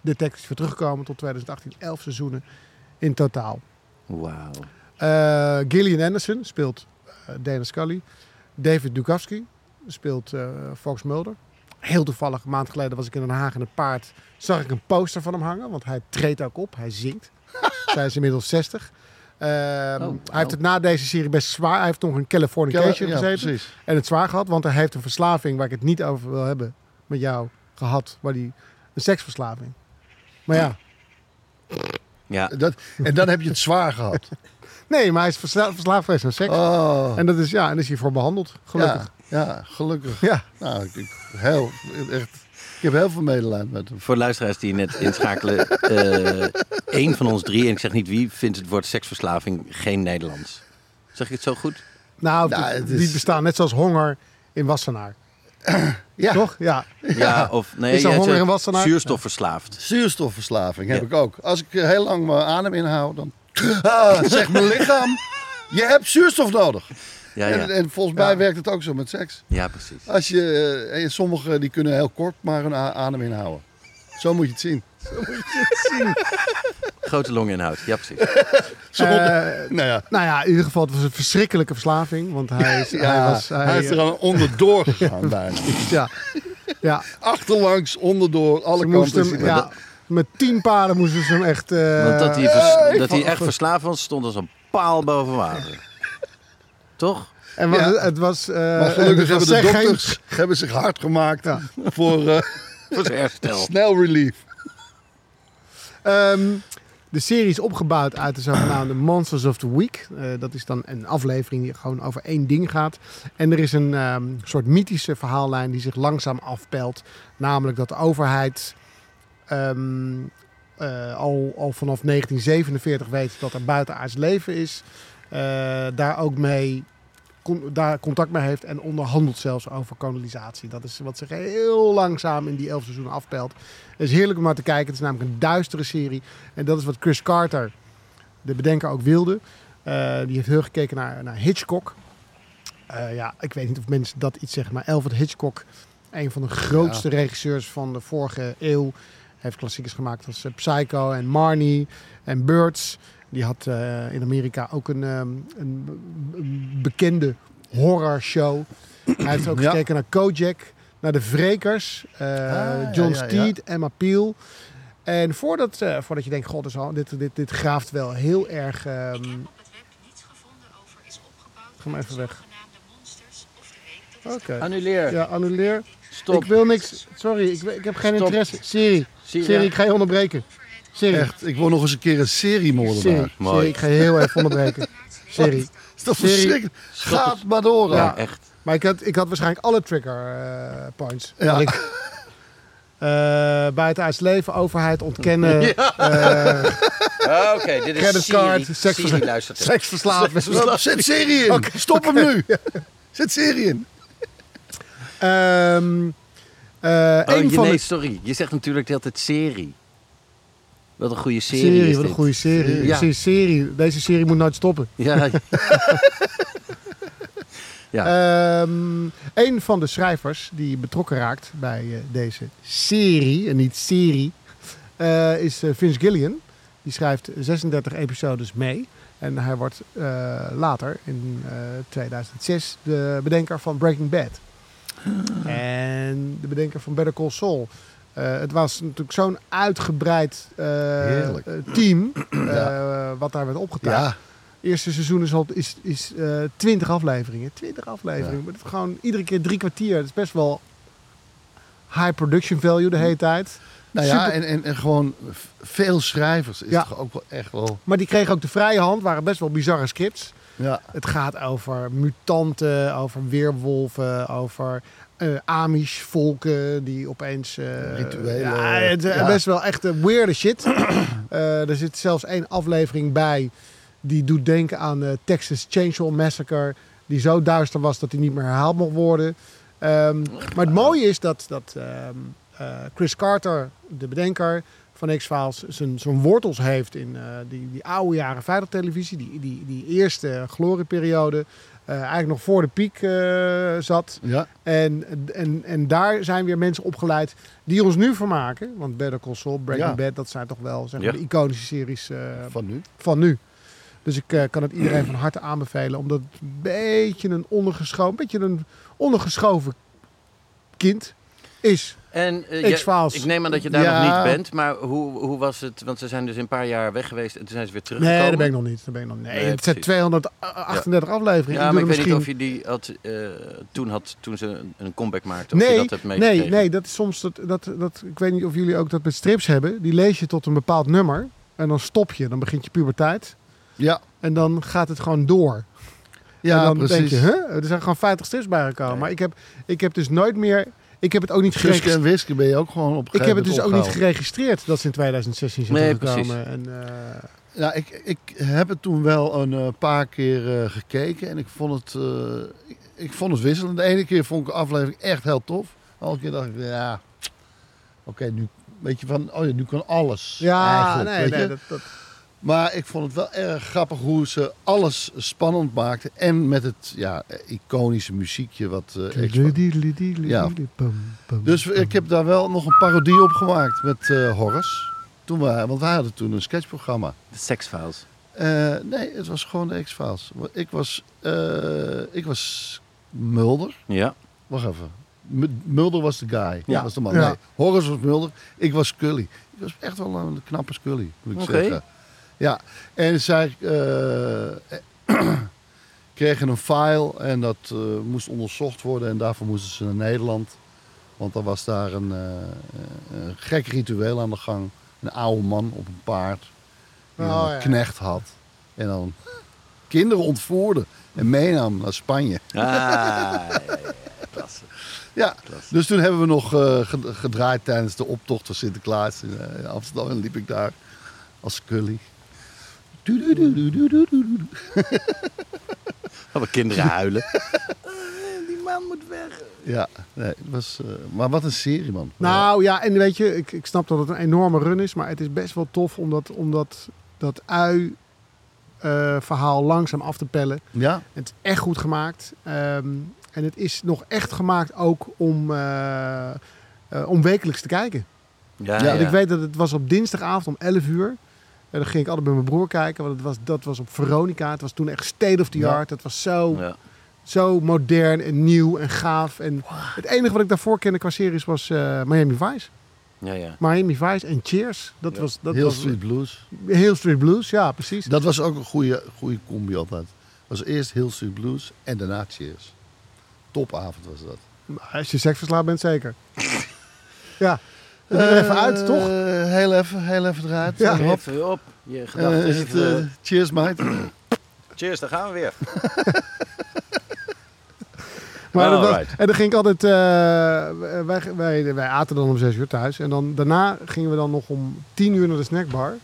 Speaker 1: detectives weer teruggekomen. Tot 2018 11 seizoenen in totaal.
Speaker 5: Wauw.
Speaker 1: Eh, Gillian Anderson speelt eh, Dana Scully. David Dukowski speelt eh, Fox Mulder. Heel toevallig, een maand geleden was ik in Den Haag in een paard. Zag ik een poster van hem hangen, want hij treedt ook op. Hij
Speaker 3: [laughs]
Speaker 1: zingt. Zij is inmiddels 60. Ehm,
Speaker 3: Oh,
Speaker 1: Hij heeft het na deze serie best zwaar. Hij heeft nog een Californication
Speaker 3: Cali- ja,
Speaker 1: gezeten.
Speaker 3: precies.
Speaker 1: En het zwaar gehad, want hij heeft een verslaving waar ik het niet over wil hebben met jou gehad. Waar die, een seksverslaving. Maar
Speaker 3: [laughs]
Speaker 1: ja,
Speaker 5: Ja.
Speaker 3: Dat, en dan heb je het zwaar gehad.
Speaker 1: nee, maar hij is versla- verslaafd geweest aan seks.
Speaker 3: [laughs] Oh,
Speaker 1: En dat is, ja, en is hiervoor behandeld, gelukkig.
Speaker 3: Ja, ja, gelukkig.
Speaker 1: Ja.
Speaker 3: Nou, ik, ik- heel, echt, ik heb heel veel medelijden met hem.
Speaker 5: Voor de luisteraars die net
Speaker 1: [laughs]
Speaker 5: inschakelen. eh één van ons drie, en ik zeg niet wie, vindt het woord seksverslaving geen Nederlands. Zeg ik het zo goed?
Speaker 1: Nou,
Speaker 3: Nou, het
Speaker 1: die
Speaker 3: is-
Speaker 1: bestaan net zoals honger in Wassenaar.
Speaker 3: [clears throat] Ja,
Speaker 1: Toch? Ja.
Speaker 5: Ja, of nee.
Speaker 1: Is er nou?
Speaker 5: jij
Speaker 1: honger
Speaker 5: zegt
Speaker 1: in Wassenaar?
Speaker 5: Zuurstofverslaafd.
Speaker 3: zuurstofverslaving heb
Speaker 5: Ja.
Speaker 3: ik ook. Als ik eh, heel lang mijn adem inhoud, dan [laughs] Ah, zegt mijn lichaam, je hebt zuurstof nodig.
Speaker 5: Ja,
Speaker 3: En,
Speaker 5: ja.
Speaker 3: en volgens mij werkt het ook zo met seks.
Speaker 5: ja precies.
Speaker 3: Als je, eh, en sommigen die kunnen heel kort maar hun a- adem inhouden. Zo moet je het zien.
Speaker 5: Grote longinhoud. Ja, precies.
Speaker 3: Zo-
Speaker 1: Eh,
Speaker 3: nou ja,
Speaker 1: [laughs] Nou ja, in ieder geval, het was een verschrikkelijke verslaving. Want hij is...
Speaker 3: ja,
Speaker 1: hij was, hij,
Speaker 3: Ah,
Speaker 1: eh,
Speaker 3: is er aan onderdoor gegaan bijna.
Speaker 1: Ja.
Speaker 3: [laughs]
Speaker 1: ja.
Speaker 3: Achterlangs, onderdoor, alle
Speaker 1: Ze
Speaker 3: kanten.
Speaker 1: moesten
Speaker 3: is
Speaker 1: hem,
Speaker 3: hij-
Speaker 1: ja, met tien paarden moesten ze hem echt... eh,
Speaker 5: Want dat hij, vers-
Speaker 1: [laughs]
Speaker 5: dat hij echt verslaafd was, stond als een paal boven water. Toch?
Speaker 1: en wat-
Speaker 3: ja.
Speaker 1: het was... eh,
Speaker 3: Maar
Speaker 1: en
Speaker 3: gelukkig
Speaker 1: het was
Speaker 3: hebben
Speaker 1: echt
Speaker 3: de
Speaker 1: geen-
Speaker 3: dokters hebben zich hard gemaakt voor eh,
Speaker 5: Voor zijn herstel.
Speaker 3: snel relief.
Speaker 1: Ehm, de serie is opgebouwd uit de zogenaamde [clears throat] Monsters of the Week. Eh, dat is dan een aflevering die gewoon over één ding gaat. En er is een ehm, soort mythische verhaallijn die zich langzaam afpelt. Namelijk dat de overheid ehm, eh, al, al vanaf 1947 weet dat er buitenaards leven is. Eh, daar ook mee con- daar contact mee heeft en onderhandelt zelfs over kolonisatie. Dat is wat zich heel langzaam in die elf seizoenen afpelt. Het is heerlijk om naar te kijken. Het is namelijk een duistere serie. En dat is wat Chris Carter, de bedenker, ook wilde. Eh, die heeft heel gekeken naar, naar Hitchcock. Eh, ja, ik weet niet of mensen dat iets zeggen, maar Alfred Hitchcock, een van de grootste regisseurs van de vorige eeuw, heeft klassiekers gemaakt als eh, Psycho en Marnie en Birds. Die had eh, in Amerika ook een, ehm, een be- een bekende horrorshow. Hij heeft ook
Speaker 3: Ja.
Speaker 1: gekeken naar Kojak, naar De Vrekers, eh,
Speaker 3: ja,
Speaker 1: John
Speaker 3: ja, ja.
Speaker 1: Steed, Emma Peel. En voordat, eh, voordat je denkt, god, dat is al- dit, dit, dit graaft wel heel erg... ehm, ga maar even weg. Oké.
Speaker 5: Annuleer.
Speaker 1: Ja, annuleer.
Speaker 5: Stop.
Speaker 1: Ik wil niks. Sorry, ik, ik heb geen
Speaker 5: Stop.
Speaker 1: interesse. Siri.
Speaker 5: Siri.
Speaker 1: Siri, ik ga je onderbreken. Siri.
Speaker 3: Echt, ik word nog eens een keer een
Speaker 1: Siri.
Speaker 3: seriemoordenaar.
Speaker 5: Mooi.
Speaker 1: Siri, ik ga je heel even onderbreken.
Speaker 3: [laughs]
Speaker 1: Siri.
Speaker 3: Is dat
Speaker 1: Serie-
Speaker 3: verschrikkelijk? Gaat maar door.
Speaker 5: Ja,
Speaker 3: Ja.
Speaker 5: echt.
Speaker 1: Maar ik had, ik had waarschijnlijk alle trigger eh, points.
Speaker 3: Ja.
Speaker 1: Had Ik, eh buitenaards leven, overheid ontkennen, eh,
Speaker 5: Ah, Oké, dit is
Speaker 1: Creditcard,
Speaker 5: Siri.
Speaker 1: seks-
Speaker 5: Siri luistert.
Speaker 1: seksverslaving.
Speaker 3: Zet serie in. Stop hem nu. Zet serie in.
Speaker 1: Ehm eh,
Speaker 5: Oh,
Speaker 1: een
Speaker 5: je-
Speaker 1: van
Speaker 5: nee,
Speaker 1: de
Speaker 5: sorry. Je zegt natuurlijk de hele tijd serie. Wat een goede serie,
Speaker 1: serie,
Speaker 5: is
Speaker 1: wat een
Speaker 5: dit.
Speaker 1: goede serie.
Speaker 5: Ja.
Speaker 1: Deze serie. Deze serie moet nooit stoppen. [laughs]
Speaker 5: Ja.
Speaker 1: Ehm, een van de schrijvers die betrokken raakt bij eh, deze serie, en niet serie, eh, is eh, Vince Gillian. Die schrijft 36 episodes mee. En hij wordt eh, later, in eh, 2006, de bedenker van Breaking Bad.
Speaker 3: Ah.
Speaker 1: En de bedenker van Better Call Saul. Eh, het was natuurlijk zo'n uitgebreid eh,
Speaker 3: Heerlijk.
Speaker 1: eh, team eh,
Speaker 3: Ja.
Speaker 1: wat daar werd opgetuigd.
Speaker 3: Ja.
Speaker 1: Eerste seizoen is, al, is, is eh 20 afleveringen. 20 afleveringen. Maar dat is gewoon iedere keer drie kwartier. Dat is best wel high production value de hele tijd.
Speaker 3: Nou ja,
Speaker 1: Super-
Speaker 3: en, en, en gewoon v- veel schrijvers is
Speaker 1: Ja.
Speaker 3: toch ook wel echt wel...
Speaker 1: Maar die kregen ook de vrije hand. waren best wel bizarre scripts.
Speaker 3: Ja,
Speaker 1: Het gaat over mutanten, over weerwolven, over eh Amish-volken die opeens... eh,
Speaker 3: Rituelen.
Speaker 1: Ja, het, eh,
Speaker 3: Ja.
Speaker 1: best wel echt eh, weirde shit. [clears throat] Eh, er zit zelfs één aflevering bij die doet denken aan de Texas Chainsaw Massacre. Die zo duister was dat die niet meer herhaald mocht worden. Ehm, maar het mooie is dat, dat ehm, eh, Chris Carter, de bedenker van X-Files, zijn, zijn wortels heeft in eh, die, die oude jaren 50 televisie. Die, die, die eerste glorieperiode. eh, eigenlijk nog voor de piek eh, zat.
Speaker 3: ja.
Speaker 1: En, en, en daar zijn weer mensen opgeleid die ons nu vermaken. Want Better Call Saul, Breaking
Speaker 3: Ja.
Speaker 1: Bad, dat zijn toch wel zeg
Speaker 5: Ja.
Speaker 1: maar, de iconische series eh,
Speaker 3: van nu.
Speaker 1: van nu. Dus ik eh, kan het iedereen van harte aanbevelen. Omdat het een beetje een ondergeschoven, beetje een ondergeschoven kind is.
Speaker 5: En eh, jij-
Speaker 1: X-Files.
Speaker 5: ik neem aan dat je daar
Speaker 3: Ja.
Speaker 5: nog niet bent, maar hoe, hoe was het? Want ze zijn dus een paar jaar weg geweest en toen zijn ze weer teruggekomen.
Speaker 1: Nee, daar ben ik nog niet. Daar ben ik nog niet. Nee,
Speaker 5: Nee,
Speaker 1: het zijn
Speaker 5: precies.
Speaker 1: 238 afleveringen.
Speaker 5: Ja,
Speaker 1: doe
Speaker 5: maar ik weet
Speaker 1: er
Speaker 5: niet
Speaker 1: misschien-
Speaker 5: of je die had, eh, toen had, toen ze een- een comeback maakten, of
Speaker 1: Nee,
Speaker 5: je dat hebt meegekregen.
Speaker 1: nee, nee, dat is soms dat, dat, dat. Ik weet niet of jullie ook dat met strips hebben. Die lees je tot een bepaald nummer. En dan stop je. Dan begint je puberteit.
Speaker 3: Ja,
Speaker 1: En dan gaat het gewoon door.
Speaker 3: ja
Speaker 1: en dan
Speaker 3: precies.
Speaker 1: denk je, huh? er zijn gewoon 50 strips bijgekomen. Maar ik heb, ik heb dus nooit meer. Ik heb het ook niet
Speaker 3: Guske
Speaker 1: geregistreerd.
Speaker 3: en Wiske ben je ook gewoon op een
Speaker 1: Ik heb het
Speaker 3: gegeven
Speaker 1: dus ook
Speaker 3: moment
Speaker 1: niet geregistreerd dat ze in 2016 zijn
Speaker 5: Nee,
Speaker 1: gekomen.
Speaker 5: precies.
Speaker 1: En, eh,
Speaker 3: Nou, ik, ik heb het toen wel een eh, paar keer eh, gekeken en ik vond het, eh, ik, ik vond het wisselend. De ene keer vond ik de aflevering echt heel tof. De andere keer dacht ik, ja, oké, nu weet je van, oh ja, nu kan alles.
Speaker 1: ja,
Speaker 3: eigenlijk,
Speaker 1: nee,
Speaker 3: weet
Speaker 1: nee,
Speaker 3: je.
Speaker 1: dat, dat,
Speaker 3: Maar ik vond het wel erg grappig hoe ze alles spannend maakten en met het ja, iconische muziekje wat. eh, ik- Ja. dus ik heb daar wel nog een parodie op gemaakt met eh Horace. Toen we, want wij hadden toen een sketchprogramma.
Speaker 5: De seksfiles.
Speaker 3: Eh, nee, het was gewoon de X-Files. Ik was, eh, ik was Mulder.
Speaker 5: Ja.
Speaker 3: Wacht even. M- Mulder was de guy.
Speaker 5: Ja.
Speaker 3: was de man.
Speaker 1: Ja.
Speaker 3: Nee, Horace was Mulder. Ik was Scully. Ik was echt wel een knappe Scully, moet ik
Speaker 5: Oké.
Speaker 3: zeggen. Ja. En zij eh, [clears throat] kregen een file en dat eh, moest onderzocht worden. En daarvoor moesten ze naar Nederland. Want er was daar een, eh, een gek ritueel aan de gang. Een oude man op een paard. Die
Speaker 1: Oh,
Speaker 3: een
Speaker 1: ja.
Speaker 3: knecht had. En dan kinderen ontvoerde. En meenam naar Spanje.
Speaker 5: Ah, ja, ja, ja. Klasse.
Speaker 3: [laughs] Ja, dus toen hebben we nog eh, ged- gedraaid tijdens de optocht van Sinterklaas in, eh, in Amsterdam. En liep ik daar als Scully. Doedoedoedoedoedoedoedoe.
Speaker 5: Wat we kinderen
Speaker 3: [laughs]
Speaker 5: huilen.
Speaker 3: Eh,
Speaker 5: die man moet weg.
Speaker 3: Ja, nee, het was, eh, maar wat een serie, man.
Speaker 1: Nou ja, en weet je, ik, ik snap dat het een enorme run is, maar het is best wel tof om dat, om dat, dat ui-verhaal langzaam af te pellen.
Speaker 3: Ja,
Speaker 1: Het is echt goed gemaakt. Ehm, en het is nog echt gemaakt ook om, eh, eh, om wekelijks te kijken.
Speaker 5: Ja,
Speaker 3: Ja,
Speaker 5: ja,
Speaker 1: Want ik weet dat het was op dinsdagavond om 11 uur. En dan ging ik altijd bij mijn broer kijken, want het was, dat was op Veronica. Het was toen echt state of the
Speaker 3: Ja.
Speaker 1: art. Het was zo
Speaker 5: Ja.
Speaker 1: zo modern en nieuw en gaaf. En het enige wat ik daarvoor kende qua series was eh, Miami Vice.
Speaker 5: Ja, ja.
Speaker 1: Miami Vice en Cheers. Dat
Speaker 5: Ja.
Speaker 1: was, dat
Speaker 3: heel
Speaker 1: was
Speaker 3: Street Blues.
Speaker 1: Heel Street Blues, ja, precies.
Speaker 3: Dat was ook een goede, goede combi altijd. Was eerst heel Street Blues en daarna Cheers. Topavond was dat.
Speaker 1: Als je seksverslaafd bent,
Speaker 3: [laughs]
Speaker 1: zeker. ja, dat is er even uit, toch?
Speaker 3: Eh, heel even, heel even eruit.
Speaker 1: Ja.
Speaker 3: En hop.
Speaker 5: Even op. Je
Speaker 3: Eh,
Speaker 5: gedachten
Speaker 3: is het,
Speaker 5: even...
Speaker 3: eh, cheers, mate.
Speaker 5: Cheers, daar gaan we weer.
Speaker 1: Maar dat was-
Speaker 5: Alright.
Speaker 1: en dan ging ik altijd... eh, wij, wij, wij aten dan om zes uur thuis. En dan, daarna gingen we dan nog om tien uur naar de snackbar.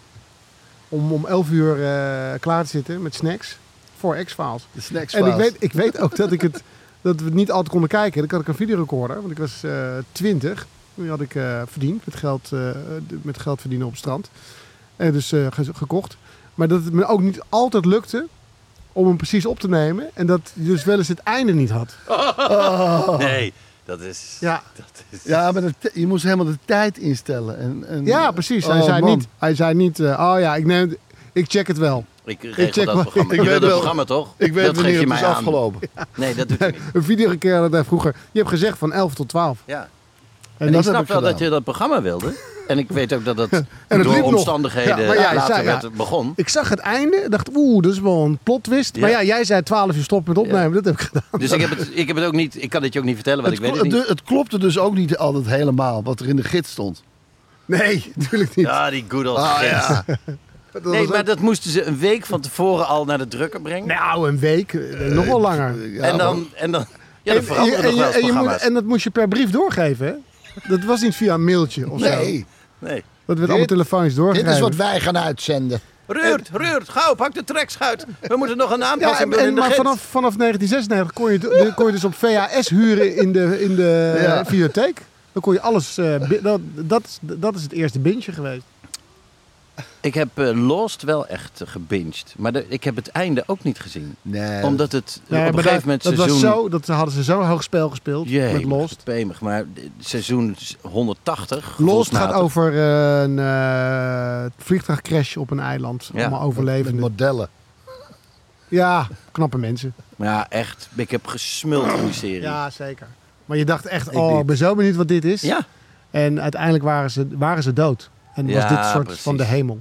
Speaker 1: Om om elf uur eh, klaar te zitten met snacks. Voor X-Files.
Speaker 3: [clears throat] De snacks
Speaker 1: En ik weet, ik weet ook dat ik het dat we niet altijd konden kijken. Dan had ik een videorecorder, want ik was eh, twintig. 20. Die had ik eh, verdiend, met geld, eh, met geld verdienen op het strand. En dus eh, ge- gekocht. Maar dat het me ook niet altijd lukte om hem precies op te nemen. En dat je dus wel eens het einde niet had.
Speaker 5: Nee, [laughs] dat is...
Speaker 1: Oh. Ja.
Speaker 3: Ja, maar de t- je moest helemaal de tijd instellen. En, en,
Speaker 1: Ja, precies. Hij
Speaker 3: Oh,
Speaker 1: zei
Speaker 3: man.
Speaker 1: niet, hij zei niet eh, oh ja, ik, neem, het- ik check het wel.
Speaker 5: Ik regel
Speaker 1: check
Speaker 5: dat
Speaker 1: wel.
Speaker 5: programma.
Speaker 1: [laughs]
Speaker 5: Je
Speaker 1: Ik weet
Speaker 5: wil dat
Speaker 1: wel-
Speaker 5: programma, toch?
Speaker 3: Ik
Speaker 5: dat
Speaker 3: weet
Speaker 5: geef
Speaker 3: wanneer
Speaker 5: je
Speaker 3: het
Speaker 5: mij
Speaker 3: is
Speaker 5: aan.
Speaker 3: afgelopen.
Speaker 5: [laughs] Nee, dat doet hij niet.
Speaker 1: Een videorecorder had hij vroeger, je hebt gezegd van 11 tot 12.
Speaker 5: Ja.
Speaker 1: En,
Speaker 5: ik
Speaker 1: dat heb
Speaker 5: snap
Speaker 1: ik
Speaker 5: wel dat
Speaker 1: gedaan.
Speaker 5: je dat programma wilde. En ik weet ook dat
Speaker 1: [laughs]
Speaker 5: dat
Speaker 1: het
Speaker 5: door
Speaker 1: liep nog.
Speaker 5: omstandigheden
Speaker 1: Ja, maar ja,
Speaker 5: later
Speaker 1: zei- ja.
Speaker 5: werd- begon.
Speaker 1: Ik zag het einde en dacht, oeh, dat is wel een plot twist. Maar
Speaker 5: Ja.
Speaker 1: ja, jij zei 12 uur stop met opnemen, dat heb ik gedaan.
Speaker 5: Dus ik, heb het, ik, heb het ook niet, ik kan dit je ook niet vertellen, want
Speaker 3: Het,
Speaker 5: ik weet
Speaker 3: kl-
Speaker 5: het niet.
Speaker 3: het- het klopte dus ook niet altijd helemaal wat er in de gids stond.
Speaker 1: Nee, natuurlijk niet.
Speaker 5: Ja, die good old
Speaker 3: Ah,
Speaker 5: gids.
Speaker 1: [laughs]
Speaker 3: ja.
Speaker 1: Dat
Speaker 5: Nee,
Speaker 1: was
Speaker 5: maar
Speaker 1: ook-
Speaker 5: dat moesten ze een week van tevoren al naar de drukker brengen.
Speaker 1: Nou, een week, eh, nog wel langer.
Speaker 5: en dan... En dan ja, dan veranderen
Speaker 1: en,
Speaker 5: nog wel eens
Speaker 1: en je moet,
Speaker 5: programma's.
Speaker 1: en dat moest je per brief doorgeven, hè? Dat was niet via een mailtje of zo.
Speaker 3: Nee,
Speaker 5: nee.
Speaker 1: Dat werd allemaal telefonisch
Speaker 6: Dit
Speaker 1: doorgegeven.
Speaker 6: is wat wij gaan uitzenden.
Speaker 5: Ruurt, Ruurt, gauw, pak de trekschuit. We moeten nog een
Speaker 1: Ja, en,
Speaker 5: aanpassing
Speaker 1: en-
Speaker 5: doen in de
Speaker 1: maar
Speaker 5: gids.
Speaker 1: vanaf, vanaf 1996 kon je, de- kon je dus op VHS huren in de, in de
Speaker 3: Ja.
Speaker 1: eh, videotheek. Dan kon je alles... eh, bi- dat, dat, is- dat is het eerste bintje geweest.
Speaker 5: Ik heb eh, Lost wel echt eh, gebinged. Maar de- ik heb het einde ook niet gezien.
Speaker 3: nee.
Speaker 5: Omdat het eh, op een
Speaker 1: maar
Speaker 5: gegeven
Speaker 1: dat-
Speaker 5: moment
Speaker 1: dat
Speaker 5: seizoen...
Speaker 1: was zo, dat hadden ze zo hoog spel gespeeld
Speaker 5: Jee,
Speaker 1: met Lost.
Speaker 5: Pemig, maar eh, seizoen 180.
Speaker 1: Lost gaat
Speaker 5: gevoelsmatig.
Speaker 1: over eh, een eh, vliegtuigcrash op een eiland.
Speaker 5: Ja.
Speaker 1: Allemaal
Speaker 3: Met
Speaker 1: overlevenden.
Speaker 3: modellen.
Speaker 1: Ja, knappe mensen.
Speaker 5: Maar ja, echt. Ik heb gesmuld van die serie.
Speaker 1: Ja, zeker. Maar je dacht echt,
Speaker 3: Ik
Speaker 1: oh,
Speaker 3: niet.
Speaker 1: ik ben zo benieuwd wat dit is.
Speaker 5: Ja.
Speaker 1: En uiteindelijk waren ze, waren ze dood. En
Speaker 5: Ja,
Speaker 1: was dit soort
Speaker 5: precies.
Speaker 1: van de hemel.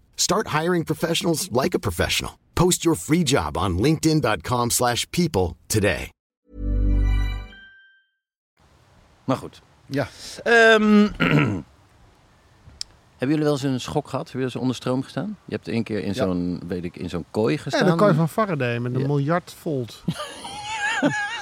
Speaker 7: Start hiring professionals like a professional. Post your free job on linkedin.com/people slash people today.
Speaker 5: Maar goed.
Speaker 3: Ja.
Speaker 5: Ehm, [clears throat] hebben jullie wel eens een schok gehad? Hebben jullie wel eens onder stroom gestaan? Je hebt één keer in zo'n, weet ik, in zo'n kooi
Speaker 1: En
Speaker 5: gestaan.
Speaker 1: dan kan je van Faraday met een
Speaker 5: Ja.
Speaker 1: miljard volt. [laughs]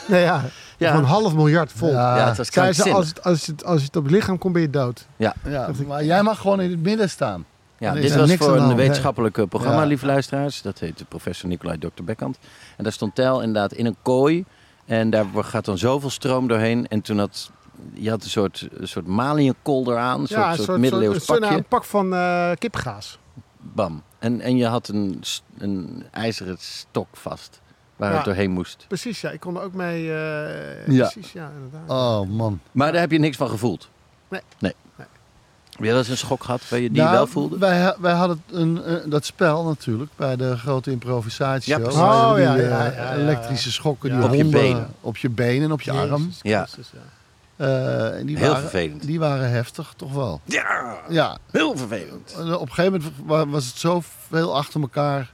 Speaker 1: nee, ja.
Speaker 5: Ja.
Speaker 1: Van een half miljard volt.
Speaker 3: Ja.
Speaker 5: Ja, het was
Speaker 1: Zei ze,
Speaker 5: krankzinnig.
Speaker 1: als het, als, het, als het op het lichaam komt, ben je dood.
Speaker 5: Ja,
Speaker 3: Ja, maar jij mag gewoon in het midden staan.
Speaker 5: ja
Speaker 3: Er is
Speaker 5: dit
Speaker 3: er
Speaker 5: was
Speaker 3: niks
Speaker 5: voor
Speaker 3: aan de
Speaker 5: een
Speaker 3: hand, hè?
Speaker 5: wetenschappelijk eh, programma,
Speaker 3: Ja.
Speaker 5: lieve luisteraars. Dat heet professor Nicolai Dr. Bekkant. En daar stond Tijl inderdaad in een kooi. En daar wo- gaat dan zoveel stroom doorheen. En toen had... Je had een soort, een soort maliënkolder aan, een soort, soort, middeleeuws
Speaker 1: soort- nou,
Speaker 5: pakje.
Speaker 1: een pak van eh kipgaas.
Speaker 5: Bam. En, en je had een, s- een ijzeren stok vast waar
Speaker 1: Ja.
Speaker 5: het doorheen moest.
Speaker 1: Precies, ja. Ik kon er ook mee... eh,
Speaker 3: Ja.
Speaker 1: Precies, ja, inderdaad.
Speaker 3: Oh man.
Speaker 5: Maar daar heb je niks van gevoeld.
Speaker 1: Nee.
Speaker 5: Nee. Heb jij dat eens een schok gehad waar je die
Speaker 3: Nou,
Speaker 5: wel voelde?
Speaker 3: Wij, ha- wij hadden een, eh, dat spel natuurlijk bij de grote improvisatie.
Speaker 5: Ja, precies.
Speaker 1: Oh, ja,
Speaker 3: die,
Speaker 1: ja,
Speaker 3: eh,
Speaker 1: ja, ja, ja.
Speaker 3: elektrische schokken,
Speaker 1: Ja.
Speaker 3: die
Speaker 5: Op je
Speaker 3: honden
Speaker 5: benen.
Speaker 3: op je benen en op je
Speaker 1: Jezus
Speaker 3: arm.
Speaker 5: Ja.
Speaker 1: Christus, ja.
Speaker 3: Eh, en die
Speaker 5: Heel
Speaker 3: waren,
Speaker 5: vervelend.
Speaker 3: Die waren heftig, toch wel.
Speaker 5: Ja,
Speaker 3: Ja,
Speaker 5: heel vervelend.
Speaker 3: En op een gegeven moment wa- was het zoveel achter elkaar.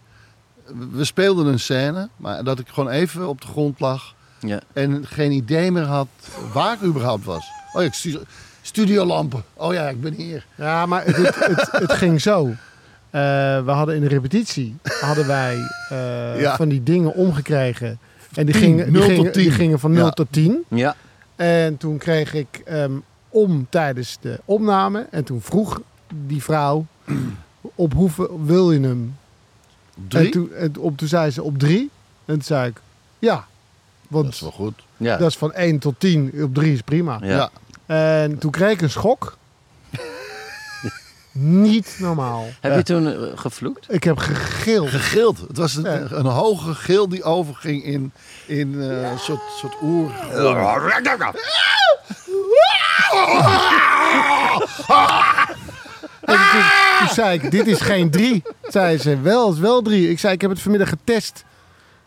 Speaker 3: We speelden een scène, maar dat ik gewoon even op de grond lag
Speaker 5: Ja.
Speaker 3: en geen idee meer had waar ik überhaupt was. Oh ja, ik stu- studiolampen. Oh ja, ik ben hier.
Speaker 1: Ja, maar het, het, het, het ging zo. Eh, we hadden in de repetitie hadden wij eh,
Speaker 3: Ja.
Speaker 1: van die dingen omgekregen. En die,
Speaker 3: Tien,
Speaker 1: gingen, die,
Speaker 3: nul tot
Speaker 1: gingen, die
Speaker 3: tien.
Speaker 1: gingen van 0
Speaker 3: Ja.
Speaker 1: tot 10.
Speaker 5: Ja.
Speaker 1: En toen kreeg ik ehm, om tijdens de opname. En toen vroeg die vrouw [clears throat] op hoeveel wil je hem?
Speaker 3: Drie.
Speaker 1: En toen, en op, toen zei ze op drie. En toen zei ik ja. Want
Speaker 3: Dat is wel goed.
Speaker 5: Ja.
Speaker 1: dat is van 1 tot 10. Op 3 is prima.
Speaker 5: Ja.
Speaker 3: ja.
Speaker 1: En toen kreeg ik een schok. [laughs] Niet normaal.
Speaker 5: Heb je toen eh, gevloekt?
Speaker 1: Ik heb
Speaker 3: [laughs]
Speaker 1: gegild.
Speaker 3: Gegild. Het was een,
Speaker 1: Ja.
Speaker 3: een hoge gil die overging in, in eh, een soort, soort oer.
Speaker 1: En toen, toen zei ik, dit is geen drie. Zei ze, wel, het is wel drie. Ik zei, ik heb het vanmiddag getest.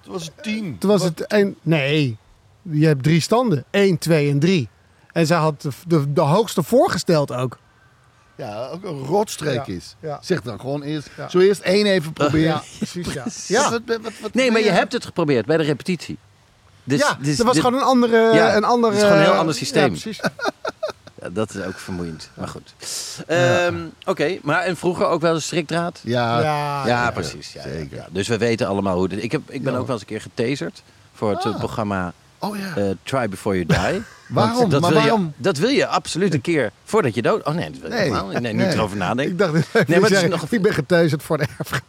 Speaker 3: Het was een tien.
Speaker 1: Toen was het een... Nee, je hebt drie standen. Eén, twee en drie. En zij had de, de, de hoogste voorgesteld ook.
Speaker 3: Ja, ook een rotstreek
Speaker 1: Ja,
Speaker 3: is.
Speaker 1: ja.
Speaker 3: Zeg dan gewoon eerst.
Speaker 1: Ja.
Speaker 3: Zo eerst één even proberen.
Speaker 1: precies, ja.
Speaker 3: Ja.
Speaker 1: [laughs] Ja,
Speaker 3: Wat- wat- wat-
Speaker 5: Nee, maar je
Speaker 3: ja.
Speaker 5: hebt het geprobeerd bij de repetitie. Dus,
Speaker 1: ja,
Speaker 5: dus
Speaker 1: er was
Speaker 5: dit-
Speaker 1: gewoon een andere...
Speaker 5: Ja,
Speaker 1: een andere
Speaker 5: het is gewoon een heel ander systeem.
Speaker 1: Ja, precies.
Speaker 5: Ja, dat is ook vermoeiend, maar goed. Ehm, Oké, maar en vroeger ook wel een strikdraad?
Speaker 3: Ja,
Speaker 1: Ja,
Speaker 5: [laughs] ja, precies. Ja, zeker. Dus we weten allemaal hoe dit... Ik, heb, ik ben ook wel eens een keer getaserd voor het eh, programma
Speaker 3: Ah. Oh ja.
Speaker 5: eh, Try Before You
Speaker 3: [laughs]
Speaker 5: Die.
Speaker 3: Waarom?
Speaker 5: Want Dat
Speaker 3: Maar
Speaker 5: wil
Speaker 3: waarom?
Speaker 5: Je, dat wil je absoluut een keer voordat je dood... Oh nee, dat wil je
Speaker 3: Nee.
Speaker 5: helemaal niet. Nee, nu ik
Speaker 3: Nee.
Speaker 5: erover nadenk.
Speaker 1: Ik dacht,
Speaker 3: [laughs]
Speaker 5: maar het is
Speaker 1: zeggen,
Speaker 5: nog-
Speaker 1: ik ben geteuzerd voor de erfgenaam.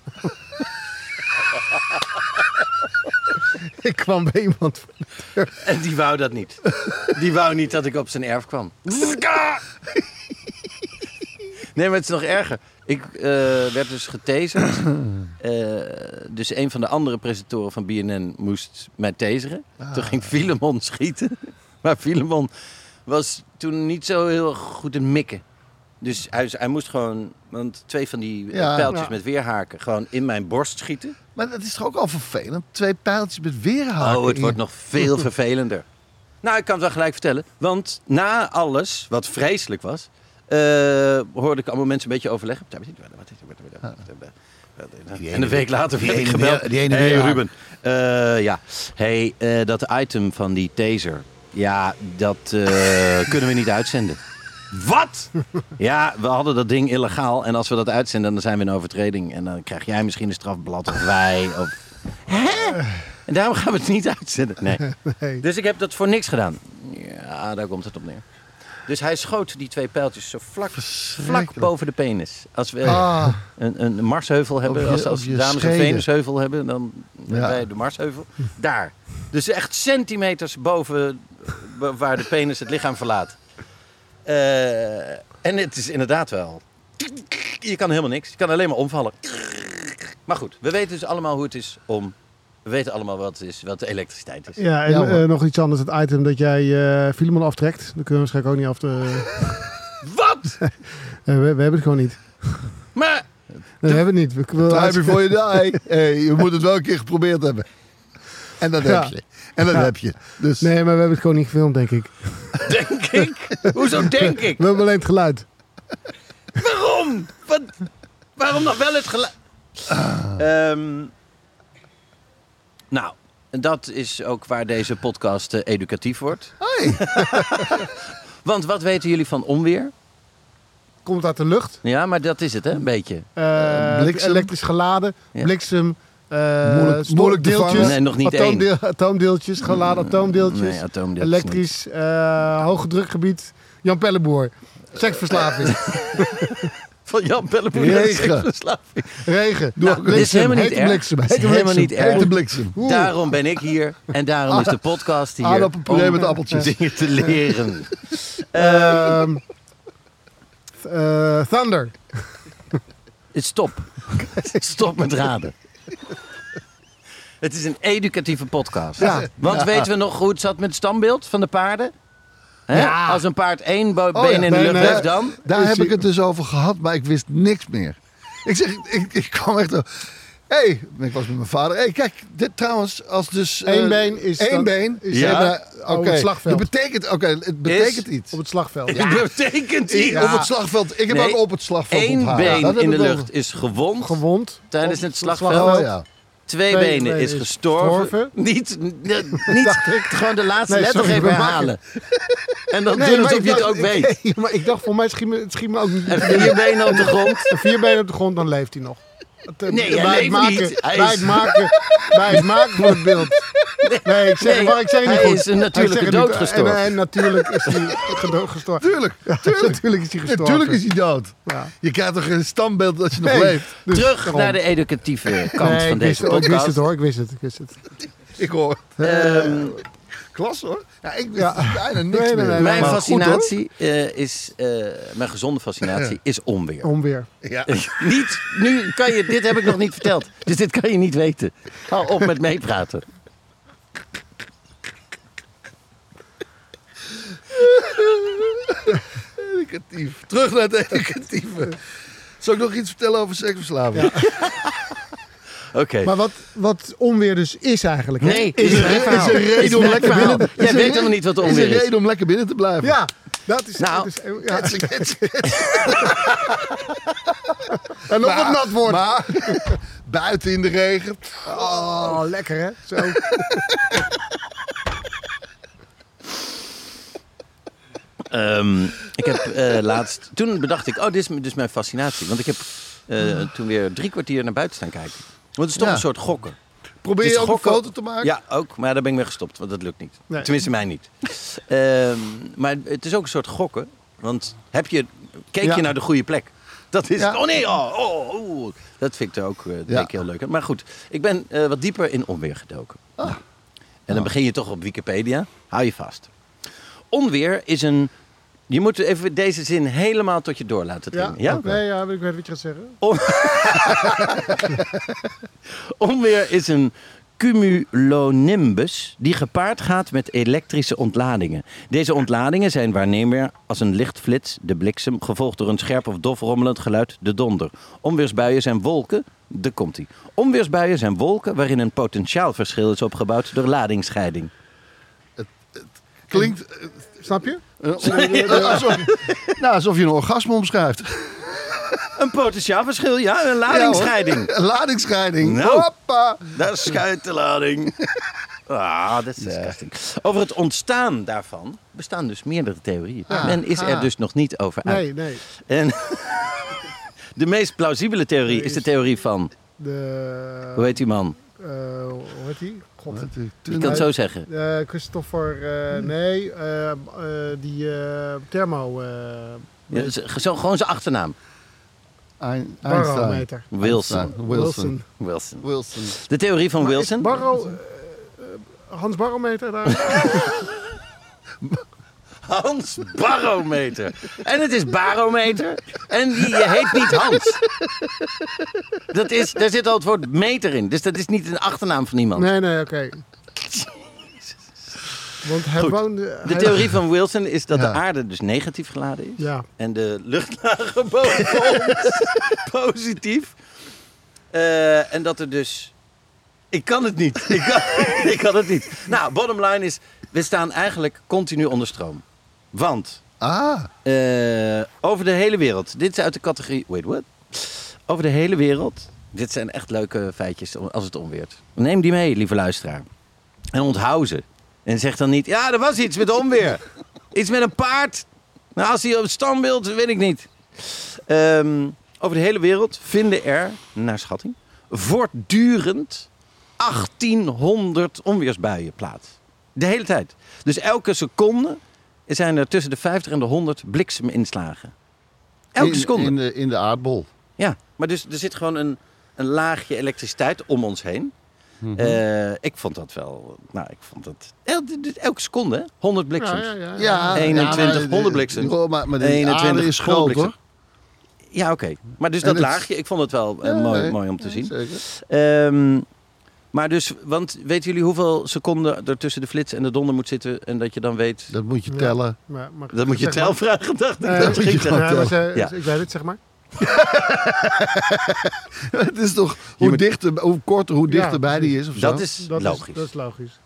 Speaker 1: [laughs] ik kwam bij iemand.
Speaker 5: En die wou dat niet. Die wou niet dat ik op zijn erf kwam. Nee, maar het is nog erger. Ik eh, werd dus
Speaker 3: [clears throat]
Speaker 5: getaserd. Eh, dus een van de andere presentatoren van BNN moest mij taseren.
Speaker 3: Ah.
Speaker 5: Toen ging Filemon schieten. [laughs] Maar Filemon was toen niet zo heel goed in mikken. Dus hij, hij moest gewoon, want twee van die eh,
Speaker 3: Ja.
Speaker 5: pijltjes
Speaker 3: Ja.
Speaker 5: met weerhaken, gewoon in mijn borst schieten.
Speaker 3: Maar dat is toch ook al vervelend? Twee pijltjes met weerhaken.
Speaker 5: Oh, het
Speaker 3: in.
Speaker 5: wordt nog
Speaker 3: [laughs]
Speaker 5: veel vervelender. Nou, ik kan het wel gelijk vertellen. Want na alles, wat vreselijk was, eh, hoorde ik allemaal mensen een beetje overleggen. En een week later werd ik
Speaker 3: ene
Speaker 5: gebeld.
Speaker 3: weer- die ene
Speaker 5: hey,
Speaker 3: weer-
Speaker 5: Ruben. Eh, ja, hey, eh, dat item van die taser, ja, dat eh,
Speaker 3: [laughs]
Speaker 5: kunnen we niet uitzenden. Wat? Ja, we hadden dat ding illegaal. En als we dat uitzenden, dan zijn we in overtreding. En dan krijg jij misschien een strafblad of wij. Of... Hè? En daarom gaan we het niet uitzenden. Nee.
Speaker 1: Nee.
Speaker 5: Dus ik heb dat voor niks gedaan. Ja, daar komt het op neer. Dus hij schoot die twee pijltjes zo vlak, vlak boven de penis. Als we
Speaker 3: Ah.
Speaker 5: een, een marsheuvel hebben,
Speaker 3: Op je-
Speaker 5: als, als
Speaker 3: op je
Speaker 5: dames een
Speaker 3: scheden.
Speaker 5: venusheuvel hebben, dan
Speaker 3: Ja.
Speaker 5: bij de marsheuvel. Daar. Dus echt centimeters boven eh, waar de penis het lichaam verlaat. Eh, en het is inderdaad wel. Je kan helemaal niks. Je kan alleen maar omvallen. Maar goed, we weten dus allemaal hoe het is om. We weten allemaal wat het is, wat de elektriciteit is.
Speaker 1: Ja, en
Speaker 3: Ja, hoor.
Speaker 1: eh, nog iets anders. Het item dat jij eh Filemon aftrekt. Dat kunnen we waarschijnlijk ook niet af. [laughs] te-
Speaker 5: Wat?
Speaker 1: Eh, we, we hebben het gewoon niet.
Speaker 5: Maar
Speaker 1: Nee, we hebben het niet. We, we,
Speaker 3: Try before [laughs] you die. Hey, je moet het wel een keer geprobeerd hebben. En dat
Speaker 1: Ja. [laughs]
Speaker 3: heb je. En dat heb je. Dus
Speaker 1: Nee, maar we hebben het gewoon niet gefilmd, denk ik.
Speaker 5: denk ik? Hoezo denk ik?
Speaker 1: We hebben alleen het geluid.
Speaker 5: Waarom? Wat? Waarom nog wel het geluid? Ehm, nou, dat is ook waar deze podcast eh, educatief wordt. [laughs] Want wat weten jullie van onweer?
Speaker 1: Komt uit de lucht.
Speaker 5: Ja, maar dat is het, hè? Een beetje.
Speaker 1: Eh,
Speaker 3: bliksem.
Speaker 1: Elektrisch geladen.
Speaker 5: Ja.
Speaker 1: Bliksem. eh,
Speaker 3: Moeilijk-
Speaker 1: stor-
Speaker 3: moeilijk te
Speaker 1: deeltjes.
Speaker 3: vangen.
Speaker 5: Nee, nog niet één. Mm.
Speaker 1: atoomdeel- Atoomdeeltjes. Geladen atoomdeeltjes.
Speaker 5: Nee, atoomdeeltjes
Speaker 1: Elektrisch. eh hoge drukgebied. Jan
Speaker 5: [laughs]
Speaker 1: Pelleboer. Seksverslaving.
Speaker 5: Van Jan Pelleboer.
Speaker 3: Regen.
Speaker 5: dat is echt verslaving.
Speaker 1: Regen.
Speaker 3: Doe
Speaker 5: Nou,
Speaker 3: ook
Speaker 5: dit is
Speaker 3: bliksem.
Speaker 5: helemaal niet
Speaker 3: Hete
Speaker 5: erg.
Speaker 3: bliksem.
Speaker 5: Dit is
Speaker 3: Hete
Speaker 5: helemaal
Speaker 3: bliksem.
Speaker 5: niet erg.
Speaker 3: Hete bliksem.
Speaker 5: Daarom ben ik hier en daarom is de podcast hier.
Speaker 3: Aardappelpuree
Speaker 5: om
Speaker 3: met appeltjes.
Speaker 5: Dingen te leren.
Speaker 1: Ehm, eh, thunder.
Speaker 5: Stop. Stop met raden. Het is een educatieve podcast.
Speaker 1: Ja.
Speaker 5: Want weten we nog hoe het zat met het standbeeld van de paarden? Hè? Als een paard één bo-
Speaker 3: Oh
Speaker 5: been in de
Speaker 1: nee,
Speaker 5: lucht
Speaker 1: nee.
Speaker 5: heeft, dan?
Speaker 3: Daar heb ik het dus over gehad, maar ik wist niks meer. Ik zeg, ik, ik kwam echt... Hé, hey, ik was met mijn vader. Hé, hey, kijk, dit trouwens, als dus... eh,
Speaker 1: Eén been is
Speaker 3: één
Speaker 1: dan-
Speaker 3: been.
Speaker 1: is
Speaker 3: Ja.
Speaker 1: dan, eh,
Speaker 3: Oké,
Speaker 1: op het slagveld.
Speaker 3: Dat betekent, oké, het betekent
Speaker 5: Is-
Speaker 3: iets.
Speaker 1: Op het slagveld.
Speaker 5: Dat betekent
Speaker 3: Ik-
Speaker 5: iets.
Speaker 3: Op het slagveld. Ik heb
Speaker 5: Nee,
Speaker 3: ook op het slagveld
Speaker 5: Eén
Speaker 3: onthaald. Ja,
Speaker 5: been
Speaker 3: dat heb
Speaker 5: in de
Speaker 3: ik wel-
Speaker 5: lucht is gewond.
Speaker 1: Gewond.
Speaker 5: Tijdens het slagveld.
Speaker 3: Oh ja.
Speaker 5: Twee
Speaker 1: Twee
Speaker 5: benen
Speaker 1: benen
Speaker 5: is
Speaker 1: is
Speaker 5: gestorven.
Speaker 1: gestorven.
Speaker 5: Niet, n-
Speaker 1: [laughs]
Speaker 5: niet gewoon de laatste
Speaker 1: Nee,
Speaker 5: letter
Speaker 1: sorry,
Speaker 5: even
Speaker 1: we maken-
Speaker 5: herhalen. En dan
Speaker 1: [laughs] Nee,
Speaker 5: doen
Speaker 1: maar
Speaker 5: alsof
Speaker 1: ik
Speaker 5: je het
Speaker 1: dacht-
Speaker 5: ook weet.
Speaker 1: [laughs] Nee, maar ik dacht, voor mij schiet me, het schiet me ook niet.
Speaker 5: En vier benen op de grond.
Speaker 1: En vier benen op de grond, dan leeft hij nog. Het, eh,
Speaker 5: Nee, hij
Speaker 1: bij
Speaker 5: leeft
Speaker 1: het maken,
Speaker 5: niet. Hij
Speaker 1: bij,
Speaker 5: is-
Speaker 1: het maken, bij het maken van het beeld. Nee, ik zeg,
Speaker 5: Nee,
Speaker 1: maar ik zeg het niet
Speaker 5: hij
Speaker 1: goed.
Speaker 5: is een natuurlijke
Speaker 1: Ik zeg het niet-
Speaker 5: dood gestorven.
Speaker 1: En, en natuurlijk is hij gedo- gestorven.
Speaker 3: Tuurlijk,
Speaker 1: [laughs]
Speaker 3: tuurlijk.
Speaker 1: Natuurlijk is hij gestorven.
Speaker 3: Natuurlijk is hij dood.
Speaker 1: Ja.
Speaker 3: Je krijgt toch geen standbeeld dat je nog
Speaker 1: Nee,
Speaker 3: leeft?
Speaker 1: [laughs] dus
Speaker 5: Terug
Speaker 1: gewoon-
Speaker 5: naar de educatieve kant van
Speaker 1: Nee, ik wist,
Speaker 5: deze
Speaker 1: het- ik wist
Speaker 5: podcast.
Speaker 1: het hoor, ik wist het. Ik wist het.
Speaker 3: Ik hoor.
Speaker 5: Ehm,
Speaker 3: Klas hoor. Ja, ik wist
Speaker 1: Ja.
Speaker 3: bijna niks
Speaker 1: Nee, nee,
Speaker 3: meer.
Speaker 1: nee,
Speaker 5: mijn
Speaker 1: maar goed,
Speaker 5: fascinatie eh, is, eh, mijn gezonde fascinatie is onweer.
Speaker 1: Onweer.
Speaker 3: Ja.
Speaker 5: [laughs] Niet, nu kan je, dit heb ik nog niet verteld. Dus dit kan je niet weten. Hou op met meepraten.
Speaker 3: Educatief. Terug naar het educatieve. Zal ik nog iets vertellen over seksverslaving?
Speaker 5: Oké.
Speaker 1: Maar wat, wat onweer dus is eigenlijk. hè?
Speaker 5: Nee, is, mijn verhaal.
Speaker 3: is er reden
Speaker 5: Nou, Is
Speaker 3: om
Speaker 5: mijn
Speaker 3: lekker
Speaker 5: verhaal.
Speaker 3: binnen te-
Speaker 5: Jij
Speaker 3: is er
Speaker 5: weet
Speaker 3: re-
Speaker 5: helemaal niet wat
Speaker 3: Is
Speaker 5: onweer
Speaker 3: er
Speaker 5: is.
Speaker 3: reden om lekker binnen te blijven?
Speaker 1: Ja, dat is...
Speaker 5: Nou,
Speaker 1: dat is- oh, ja.
Speaker 3: En
Speaker 1: nog wat nat worden.
Speaker 3: Maar buiten in de regen.
Speaker 1: Oh, lekker hè? Zo.
Speaker 5: Ehm, ik heb eh, laatst... Toen bedacht ik, oh, dit is m- dus mijn fascinatie. Want ik heb eh, toen weer drie kwartier naar buiten staan kijken. Want het is toch
Speaker 3: Ja.
Speaker 5: een soort gokken.
Speaker 3: Probeer
Speaker 5: Het
Speaker 3: je
Speaker 5: is
Speaker 3: ook een
Speaker 5: gokken-
Speaker 3: foto te maken?
Speaker 5: Ja, ook. Maar daar ben ik mee gestopt, want dat lukt niet.
Speaker 3: Nee.
Speaker 5: Tenminste, mij
Speaker 3: [laughs]
Speaker 5: niet. Ehm, maar het is ook een soort gokken. Want heb je, keek
Speaker 3: Ja.
Speaker 5: je naar de goede plek? Dat is
Speaker 3: Ja.
Speaker 5: het. Oh nee, oh, oh, oh. Dat vind ik er ook eh, dat vind ik heel leuk. aan. Maar goed, ik ben eh, wat dieper in onweer gedoken.
Speaker 3: Ah.
Speaker 5: Ja. En dan begin je toch op Wikipedia. Hou je vast. Onweer is een... Je moet even deze zin helemaal tot je door laten dringen. [laughs] Ja?
Speaker 1: Nee, ja, ik weet wat je gaat zeggen.
Speaker 5: [laughs] Onweer is een cumulonimbus die gepaard gaat met elektrische ontladingen. Deze ontladingen zijn waarneembaar als een lichtflits, de bliksem, gevolgd door een scherp of dof rommelend geluid, de donder. Onweersbuien zijn wolken, de komt ie. Onweersbuien zijn wolken waarin een potentiaalverschil is opgebouwd door ladingscheiding.
Speaker 3: Klinkt...
Speaker 1: Snap je?
Speaker 3: [laughs] alsof, nou, alsof je een orgasme omschrijft.
Speaker 5: Een potentiaalverschil, ja, een ladingscheiding.
Speaker 3: Ja, hoor. Ladingscheiding.
Speaker 5: Nou.
Speaker 3: Hoppa.
Speaker 5: Daar schuilt de lading. [laughs] Ah, dat is disgusting. Over het ontstaan daarvan bestaan dus meerdere theorieën.
Speaker 1: Ah,
Speaker 5: Men is er
Speaker 1: ah.
Speaker 5: dus nog niet over uit.
Speaker 1: Nee, nee.
Speaker 5: En [laughs] de meest plausibele theorie is de theorie van...
Speaker 1: De,
Speaker 5: Hoe heet die man?
Speaker 1: eh, hoe heet die? God.
Speaker 5: Je kan het zo zeggen.
Speaker 1: Eh, Christopher,
Speaker 5: Hmm.
Speaker 1: eh, nee, eh, eh, die eh, thermo... eh,
Speaker 5: Ja, z- zo- gewoon zijn achternaam.
Speaker 3: Ein-
Speaker 1: Barometer.
Speaker 5: Wilson.
Speaker 3: Einstein.
Speaker 1: Wilson.
Speaker 3: Wilson.
Speaker 5: Wilson.
Speaker 3: Wilson.
Speaker 5: De theorie van
Speaker 1: Maar is
Speaker 5: Wilson.
Speaker 1: Barro, eh, eh, Hans
Speaker 5: [laughs]
Speaker 1: Barometer daar.
Speaker 5: Hans Barometer. En het is barometer. En die- je heet niet Hans. Dat is, daar zit al het woord meter in. Dus dat is niet een achternaam van iemand.
Speaker 1: nee, nee, oké. Want hij
Speaker 5: Goed.
Speaker 1: woonde...
Speaker 5: De
Speaker 1: hij-
Speaker 5: theorie van Wilson is dat
Speaker 3: Ja.
Speaker 5: de aarde dus negatief geladen is.
Speaker 1: Ja.
Speaker 5: En de luchtlagen [laughs] boven ons positief. Eh, en dat er dus... Ik kan het niet. Ik kan, [laughs] ik kan het niet. Nou, bottom line is... We staan eigenlijk continu onder stroom. Want
Speaker 3: Ah.
Speaker 5: eh, over de hele wereld... Dit is uit de categorie... Wait, what? Over de hele wereld... Dit zijn echt leuke feitjes als het onweert. Neem die mee, lieve luisteraar. En onthoud ze. En zeg dan niet... Ja, er was iets met onweer. Iets met een paard. Nou, als hij op het standbeeld... Weet ik niet. Ehm, over de hele wereld vinden er, naar schatting, voortdurend 1800 onweersbuien plaats. De hele tijd. Dus elke seconde zijn er tussen de 50 en de 100 blikseminslagen. Elke
Speaker 3: In-
Speaker 5: seconde.
Speaker 3: In de, in de aardbol.
Speaker 5: Ja, maar dus er zit gewoon een, een laagje elektriciteit om ons heen. Eh, ik vond dat wel. Nou, ik vond dat. el- dit- dit- Elke seconde, hè? 100 bliksems.
Speaker 1: Ja, ja, ja.
Speaker 3: Ja,
Speaker 5: 21
Speaker 3: ja,
Speaker 5: hondenbliksems.
Speaker 3: joh, maar, maar de
Speaker 5: 21
Speaker 3: aarde is groot, hoor.
Speaker 5: hondenbliksems. Ja, oké. Maar dus
Speaker 3: En
Speaker 5: dat
Speaker 3: het-
Speaker 5: laagje, ik vond het wel eh,
Speaker 3: Ja,
Speaker 5: mooi,
Speaker 3: nee.
Speaker 5: mooi om te
Speaker 3: Ja,
Speaker 5: zien.
Speaker 3: zeker.
Speaker 5: Ehm, maar dus, want weten jullie hoeveel seconden er tussen de flits en de donder moet zitten? En dat je dan weet.
Speaker 3: Dat moet je
Speaker 1: Ja. [laughs]
Speaker 3: tellen.
Speaker 1: Maar- maar-
Speaker 5: Dat moet je
Speaker 1: zeg maar.
Speaker 5: telvragen, dacht ik.
Speaker 3: Eh.
Speaker 1: Nee,
Speaker 5: [laughs] dat ging
Speaker 1: ik-
Speaker 5: tellen.
Speaker 1: ja, maar ze-
Speaker 5: Ja.
Speaker 1: Ik weet het, zeg maar.
Speaker 3: Het is toch hoe, dichter, hoe korter, hoe
Speaker 1: Ja,
Speaker 3: dichterbij die is of zo.
Speaker 5: Dat is
Speaker 1: Dat
Speaker 5: logisch.
Speaker 1: Is, dat is logisch.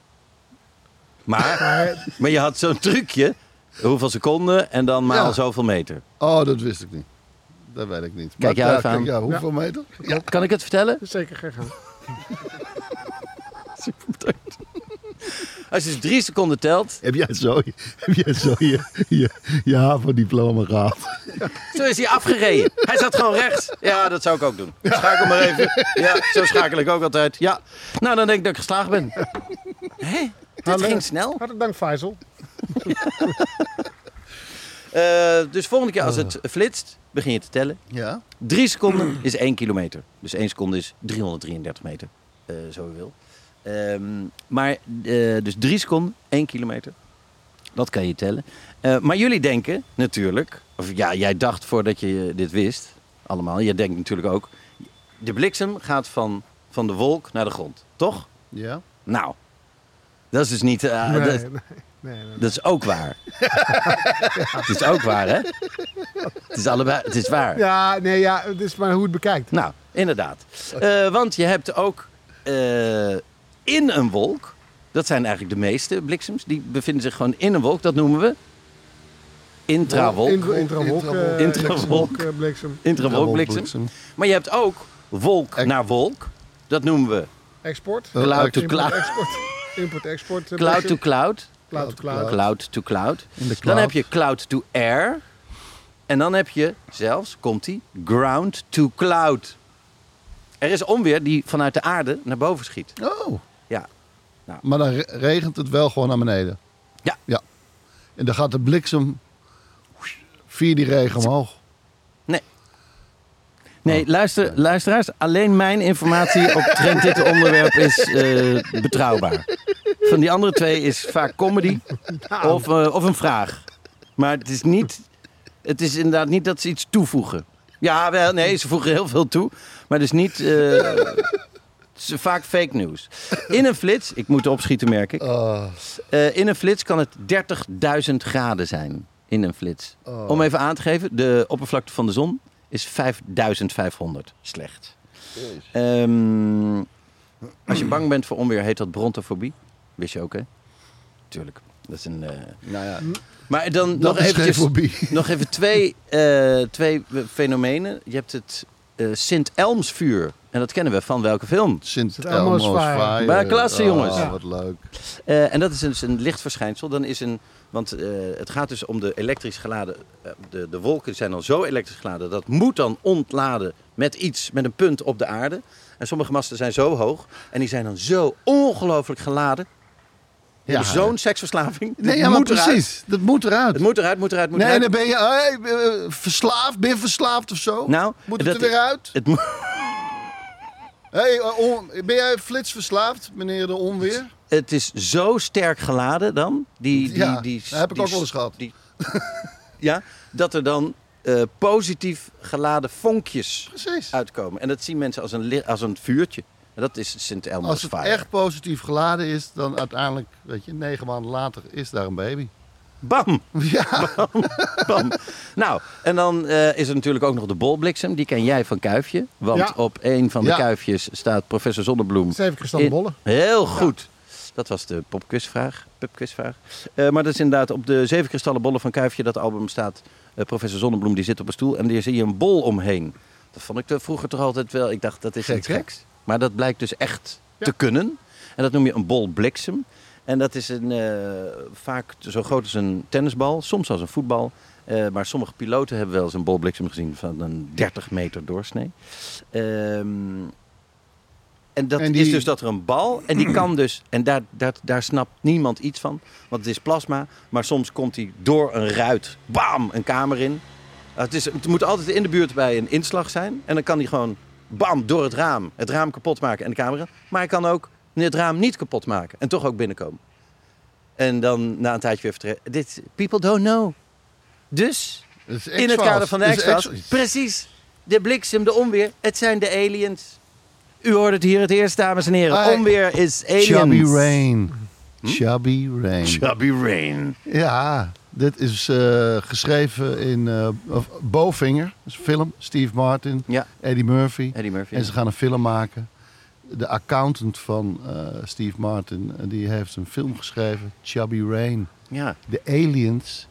Speaker 5: Maar,
Speaker 1: Maar eh,
Speaker 5: maar je had zo'n trucje. Hoeveel seconden en dan maal
Speaker 3: Ja.
Speaker 5: zoveel meter.
Speaker 3: Oh, dat wist ik niet. Dat weet ik niet.
Speaker 5: Kijk
Speaker 3: Maar
Speaker 5: jou
Speaker 3: ja,
Speaker 5: even aan.
Speaker 3: ja, hoeveel meter? Ja.
Speaker 5: Kan ik het vertellen?
Speaker 1: zeker
Speaker 5: Oh.
Speaker 1: gegaan.
Speaker 5: Als je dus drie seconden telt,
Speaker 3: Heb jij zo, heb jij zo je, je, je HAVO-diploma gehaald?
Speaker 5: zo is hij afgereden. Hij zat gewoon rechts. Ja, dat zou ik ook doen. Schakel maar even. Ja, zo schakel ik ook altijd. Ja. Nou, dan denk ik dat ik geslaagd ben. Hé, dit
Speaker 1: Hallo.
Speaker 5: ging snel.
Speaker 1: Hartelijk dank, Faisal.
Speaker 5: Eh, dus volgende keer als het flitst, begin je te tellen.
Speaker 3: Ja.
Speaker 5: Drie seconden is één kilometer. Dus één seconde is 333 meter, eh, zo je wil. Ehm, maar eh, dus drie seconden, één kilometer. Dat kan je tellen. Eh, maar jullie denken natuurlijk, of ja, jij dacht voordat je dit wist, allemaal. Jij denkt natuurlijk ook, de bliksem gaat van, van de wolk naar de grond, toch?
Speaker 3: Ja.
Speaker 5: Nou, dat is dus niet... eh,
Speaker 1: nee,
Speaker 5: dat-
Speaker 1: nee, nee, nee.
Speaker 5: dat is ook [laughs] waar. Het is ook waar, hè? Het is allebei, het is waar.
Speaker 1: Ja, nee, ja, het is maar hoe het bekijkt.
Speaker 5: Nou, inderdaad. Eh, want je hebt ook eh, in een wolk, dat zijn eigenlijk de meeste bliksems, die bevinden zich gewoon in een wolk, dat noemen we intrawolk.
Speaker 1: Intra- Intrawolk. eh,
Speaker 5: Intrawolk.
Speaker 1: bliksem, eh, Bliksem.
Speaker 5: Intrawolkbliksem. Maar je hebt ook wolk
Speaker 3: Echt?
Speaker 5: naar wolk, dat noemen we
Speaker 1: Export.
Speaker 3: Cloud
Speaker 5: to
Speaker 1: Import,
Speaker 5: cloud. [laughs]
Speaker 1: Export. Import, export. eh,
Speaker 5: cloud to
Speaker 1: bliksem.
Speaker 5: cloud.
Speaker 1: Cloud to cloud.
Speaker 5: Cloud to cloud.
Speaker 1: In de
Speaker 5: Dan
Speaker 1: cloud.
Speaker 5: heb je cloud to air. En dan heb je zelfs, komt die, ground to cloud. Er is onweer die vanuit de aarde naar boven schiet.
Speaker 3: Oh.
Speaker 5: Ja.
Speaker 3: Maar dan re- regent het wel gewoon naar beneden.
Speaker 5: Ja.
Speaker 3: ja. En dan gaat de bliksem via die regen omhoog.
Speaker 5: Nee, luister, luisteraars, alleen mijn informatie op trend dit onderwerp is eh, betrouwbaar. Van die andere twee is vaak comedy of, eh, of een vraag. Maar het is, niet, het is inderdaad niet dat ze iets toevoegen. Ja, wel, nee, ze voegen heel veel toe. Maar dus niet. eh, het is vaak fake news. In een flits, ik moet opschieten, merk ik. Eh, in een flits kan het 30.000 graden zijn. In een flits.
Speaker 3: Oh.
Speaker 5: Om even aan te geven, de oppervlakte van de zon is 5500. Slecht. Ehm, als je bang bent voor onweer, heet dat brontofobie. Wist je ook, hè? Tuurlijk. Dat is een. eh,
Speaker 3: Nou ja.
Speaker 5: Maar dan nog,
Speaker 3: is geen
Speaker 5: eventjes,
Speaker 3: fobie.
Speaker 5: [laughs] nog even twee, eh, twee fenomenen. Je hebt het eh, Sint-Elmsvuur. En dat kennen we van welke film?
Speaker 3: Sint
Speaker 1: Elmo's
Speaker 3: Elmo's
Speaker 1: Fire.
Speaker 3: Fire.
Speaker 5: Bij klasse,
Speaker 3: Oh,
Speaker 5: jongens.
Speaker 3: Wat leuk.
Speaker 5: Eh, en dat is dus een lichtverschijnsel. Dan is een, want eh, het gaat dus om de elektrisch geladen. eh, de, de wolken zijn dan zo elektrisch geladen. Dat moet dan ontladen met iets, met een punt op de aarde. En sommige masten zijn zo hoog. En die zijn dan zo ongelooflijk geladen.
Speaker 3: Ja.
Speaker 5: Ja, Zo'n seksverslaving.
Speaker 3: Nee,
Speaker 5: Dat
Speaker 3: ja, maar
Speaker 5: moet eruit.
Speaker 3: precies. Dat moet eruit.
Speaker 5: Het moet eruit, moet eruit, moet
Speaker 3: nee,
Speaker 5: eruit.
Speaker 3: dan ben je eh, eh, verslaafd. Ben je verslaafd of zo?
Speaker 5: Nou,
Speaker 3: moet het
Speaker 5: dat-
Speaker 3: er weer uit?
Speaker 5: Het moet.
Speaker 3: Hey, eh, on- ben jij flitsverslaafd, meneer de Onweer?
Speaker 5: Het is zo sterk geladen dan. Die, die,
Speaker 3: Ja,
Speaker 5: die,
Speaker 3: dat heb ik
Speaker 5: die-
Speaker 3: ook wel eens gehad.
Speaker 5: die- [laughs] ja, dat er dan eh, positief geladen vonkjes
Speaker 3: Precies.
Speaker 5: uitkomen. En dat zien mensen als een, li- als een vuurtje. En dat is Sint Elmo's
Speaker 3: Als het
Speaker 5: Fire.
Speaker 3: echt positief geladen is, dan uiteindelijk, weet je, negen maanden later is daar een baby. [laughs]
Speaker 5: Bam!
Speaker 3: Ja,
Speaker 5: Bam. [laughs] nou, en dan eh, is er natuurlijk ook nog de bolbliksem. Die ken jij van Kuifje. Want
Speaker 1: Ja.
Speaker 5: op een van de
Speaker 3: Ja.
Speaker 5: Kuifjes staat professor Zonnebloem.
Speaker 1: Zeven kristallen
Speaker 5: In-
Speaker 1: bollen.
Speaker 5: Heel goed. Dat was de popquizvraag. Pubquizvraag. Eh, maar dat is inderdaad op de Zeven Kristallen Bollen van Kuifje, dat album staat. eh, professor Zonnebloem die zit op een stoel en daar zie je een bol omheen. Dat vond ik te- vroeger toch altijd wel. Ik dacht, dat is
Speaker 3: Gek,
Speaker 5: iets
Speaker 3: hè?
Speaker 5: geks. Maar dat blijkt dus echt te kunnen. En dat noem je een bol bliksem. En dat is een, eh, vaak zo groot als een tennisbal, soms als een voetbal. Eh, maar sommige piloten hebben wel eens een bol bliksem gezien van een 30 meter doorsnee. Ehm, en dat
Speaker 3: En die-
Speaker 5: is dus dat er een bal, en die kan dus, en daar, daar, daar snapt niemand iets van, want het is plasma, maar soms komt die door een ruit, bam, een kamer in. Uh, Het, is, het moet altijd in de buurt bij een inslag zijn, en dan kan die gewoon, bam, door het raam, het raam kapot maken en de kamer in. Maar hij kan ook het raam niet kapot maken en toch ook binnenkomen. En dan na een tijdje weer vertrekken. Dit, people don't know. Dus,
Speaker 3: Dat is
Speaker 5: in het
Speaker 3: X-Files.
Speaker 5: kader van de
Speaker 3: Dat is
Speaker 5: X-Files,
Speaker 3: X-Files.
Speaker 5: precies, de bliksem, de onweer, het zijn de aliens. U hoort het hier het eerst, dames en heren.
Speaker 3: Hey.
Speaker 5: Onweer is aliens. Hm?
Speaker 3: Chubby Rain. Chubby Rain.
Speaker 5: Chubby Rain.
Speaker 3: Ja, dit is eh, geschreven in eh Bowfinger, dat is een film, Steve Martin,
Speaker 5: Ja.
Speaker 3: Eddie Murphy.
Speaker 5: Eddie Murphy,
Speaker 3: En
Speaker 5: ja.
Speaker 3: ze gaan een film maken. De accountant van eh, Steve Martin, eh, die heeft een film geschreven, Chubby Rain.
Speaker 5: Ja.
Speaker 3: De aliens,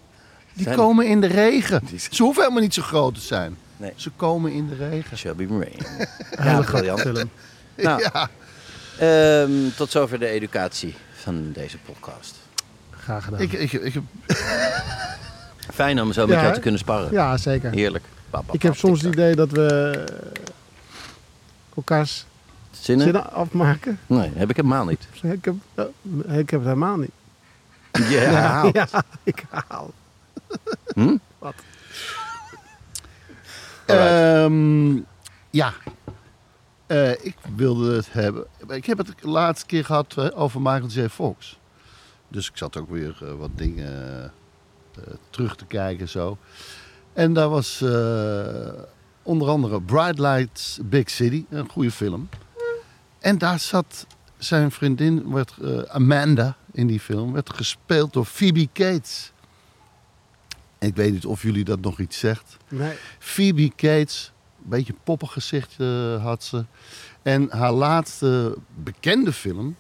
Speaker 3: die
Speaker 5: Zijn-
Speaker 3: komen in de regen. Ze hoeven helemaal niet zo groot te zijn.
Speaker 5: Nee.
Speaker 3: Ze komen in de regen.
Speaker 5: Chubby
Speaker 1: [laughs]
Speaker 5: Rain. ja, briljant. Nou,
Speaker 3: [laughs] Ja.
Speaker 5: ehm, tot zover de educatie van deze podcast.
Speaker 1: Graag gedaan.
Speaker 3: Ik, ik, ik,
Speaker 5: Fijn om zo met
Speaker 1: Ja,
Speaker 5: jou
Speaker 1: hè?
Speaker 5: te kunnen sparren.
Speaker 1: ja, zeker.
Speaker 5: Heerlijk. Ba, ba,
Speaker 1: Ik
Speaker 5: ba,
Speaker 1: heb soms
Speaker 5: tik,
Speaker 1: het idee dat we eh, elkaars
Speaker 5: tak. Zinnen?
Speaker 1: zinnen afmaken.
Speaker 5: Nee, heb ik helemaal niet.
Speaker 1: Ik heb, eh, ik heb het helemaal niet.
Speaker 5: Ja.
Speaker 1: [laughs] Ja, ik haal.
Speaker 3: Ehm, ja. Eh, ik wilde het hebben. Ik heb het de laatste keer gehad eh, over Michael J. Fox. Dus ik zat ook weer eh, wat dingen eh, terug te kijken en zo. En daar was eh, onder andere Bright Lights Big City, een goede film. En daar zat zijn vriendin, werd, eh, Amanda, in die film, werd gespeeld door Phoebe Cates. Ik weet niet of jullie dat nog iets zegt.
Speaker 1: Nee.
Speaker 3: Phoebe Cates, een beetje een poppig gezicht eh, had ze. En haar laatste bekende film.